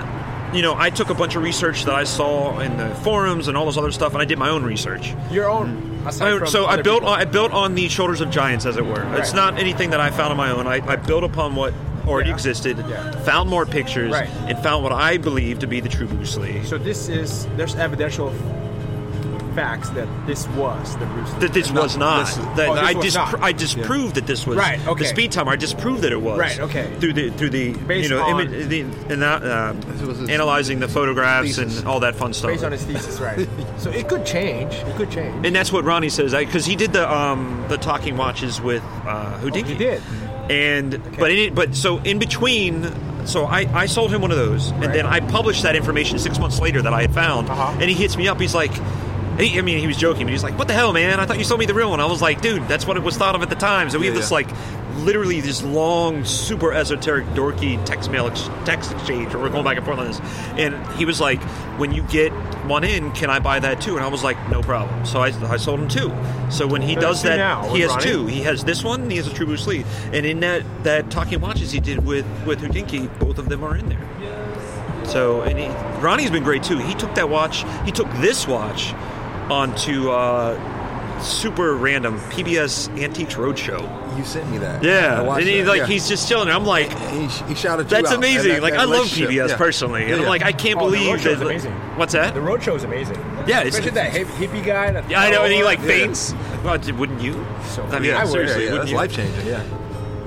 you know, I took a bunch of research that I saw in the forums and all this other stuff, and I did my own research. Your own. aside Mm. I- from so I other built people. on, I built on the shoulders of giants, as it were. It's Right. not anything that I found on my own. I, I built upon what already Yeah. existed, Yeah. found more pictures, Right. and found what I believe to be the true Bruce Lee. So this is there's evidential facts that this was the Bruce. Lee. That this was not. this- that oh, this I, was dispro- not. I disproved that this was Right, okay. the speed timer. I disproved that it was Right, okay. Through the through the Based you know on- imi- the, and that, um, This was his analyzing the photographs thesis. and all that fun stuff. Based on his thesis, right? so it could change. It could change. and that's what Ronnie says because he did the um, the talking watches with uh, Houdini. Oh, he did. and but in, but so in between. So I, I sold him one of those, and then I published that information six months later that I had found, Uh-huh. and he hits me up. He's like, he, I mean, he was joking, but he's like, "What the hell, man? I thought you sold me the real one." I was like, "Dude, that's what it was thought of at the time." So we Yeah, have this yeah. like, literally this long, super esoteric, dorky text mail ex- text exchange, where we're going back and forth on this. And he was like, "When you get one in, can I buy that too?" And I was like, "No problem." So I, I sold him two. So when he There's does two that, now he with has Ronnie. two. He has this one. And he has a True Bruce Lee. And in that that talking watches he did with with Houdinki, both of them are in there. So and he, Ronnie's been great too. He took that watch. He took this watch onto uh, super random PBS Antiques Roadshow. You sent me that. I Yeah, watched and he, that, like yeah. he's just chilling. there. I'm like. he, sh- he shouted you That's out, and amazing. that- like that I love relationship, PBS yeah. personally, and Yeah. I'm like I can't Oh, the believe Roadshow's that. amazing. What's that? The road show is amazing. yeah, it's, Especially that hip, hippie guy. That Yeah, I know, and he like Yeah. faints. Well, d- wouldn't you? I mean, yeah, seriously, yeah, yeah, wouldn't that's you? life changing. Yeah.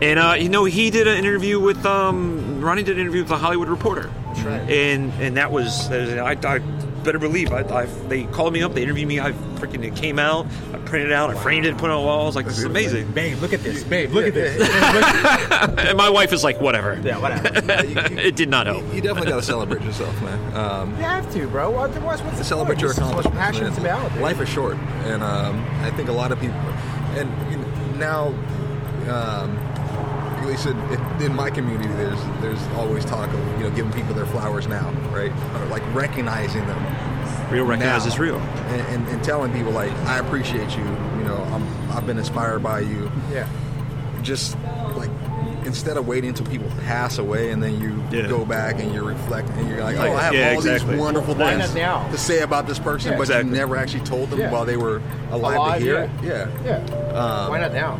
And uh, you know, he did an interview with um, Ronnie did an interview with the Hollywood Reporter. That's right. And and that was, that was I, I better believe I, I they called me up, they interviewed me. I freaking it came out, I printed it out, I framed it, put it on the wall. I was like, this is amazing. Babe, look at this. Babe, look at this. And my wife is like, whatever. Yeah, whatever. it did not help. You, you definitely got to celebrate yourself, man. Um, You have to, bro. What, what's, what's the celebrate point? your This is what accomplishments. passion man. is about. dude. Life is short, and um, I think a lot of people, and you know, now, um, at least in, in my community, there's there's always talk of you know giving people their flowers now, right? Or like recognizing them. Real recognize now. is real. and, and, and telling people like I appreciate you. You know, I'm, I've been inspired by you. Yeah. Just like instead of waiting until people pass away and then you Yeah. go back and you reflect and you're like, oh, I have Yeah, all exactly. these wonderful Why things not now? to say about this person, Yeah. but Exactly. you never actually told them Yeah. while they were alive, Alive, to hear it. Yeah, Yeah. Um, Why not now?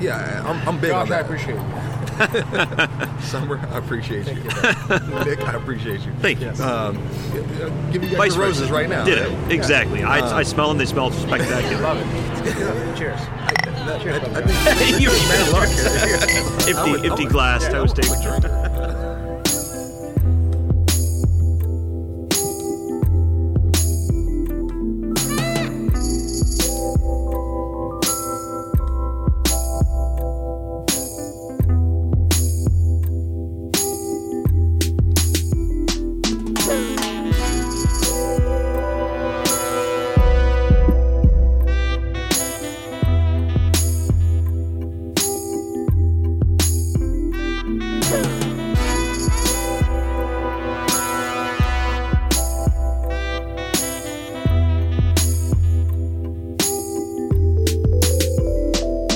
yeah. I- I'm, I'm big Josh, on I that. appreciate you. Summer, I appreciate you. Nick, I appreciate you. Thank you. Um, give you Vice guys your roses versa. right now. Uh. Did it exactly? I, I smell them. They smell spectacular. Love it. Cheers. Cheers. I brother. think You- bad luck. I would- empty, I empty would- glass yeah, I would toasting. like to drink that.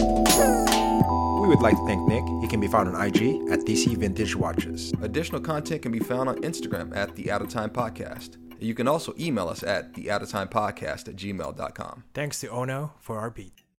We would like to thank Nick. He can be found on IG at DC Vintage Watches. Additional content can be found on Instagram at the Out of Time Podcast. You can also email us at the Out of Time Podcast at gmail.com. Thanks to Ono for our beat.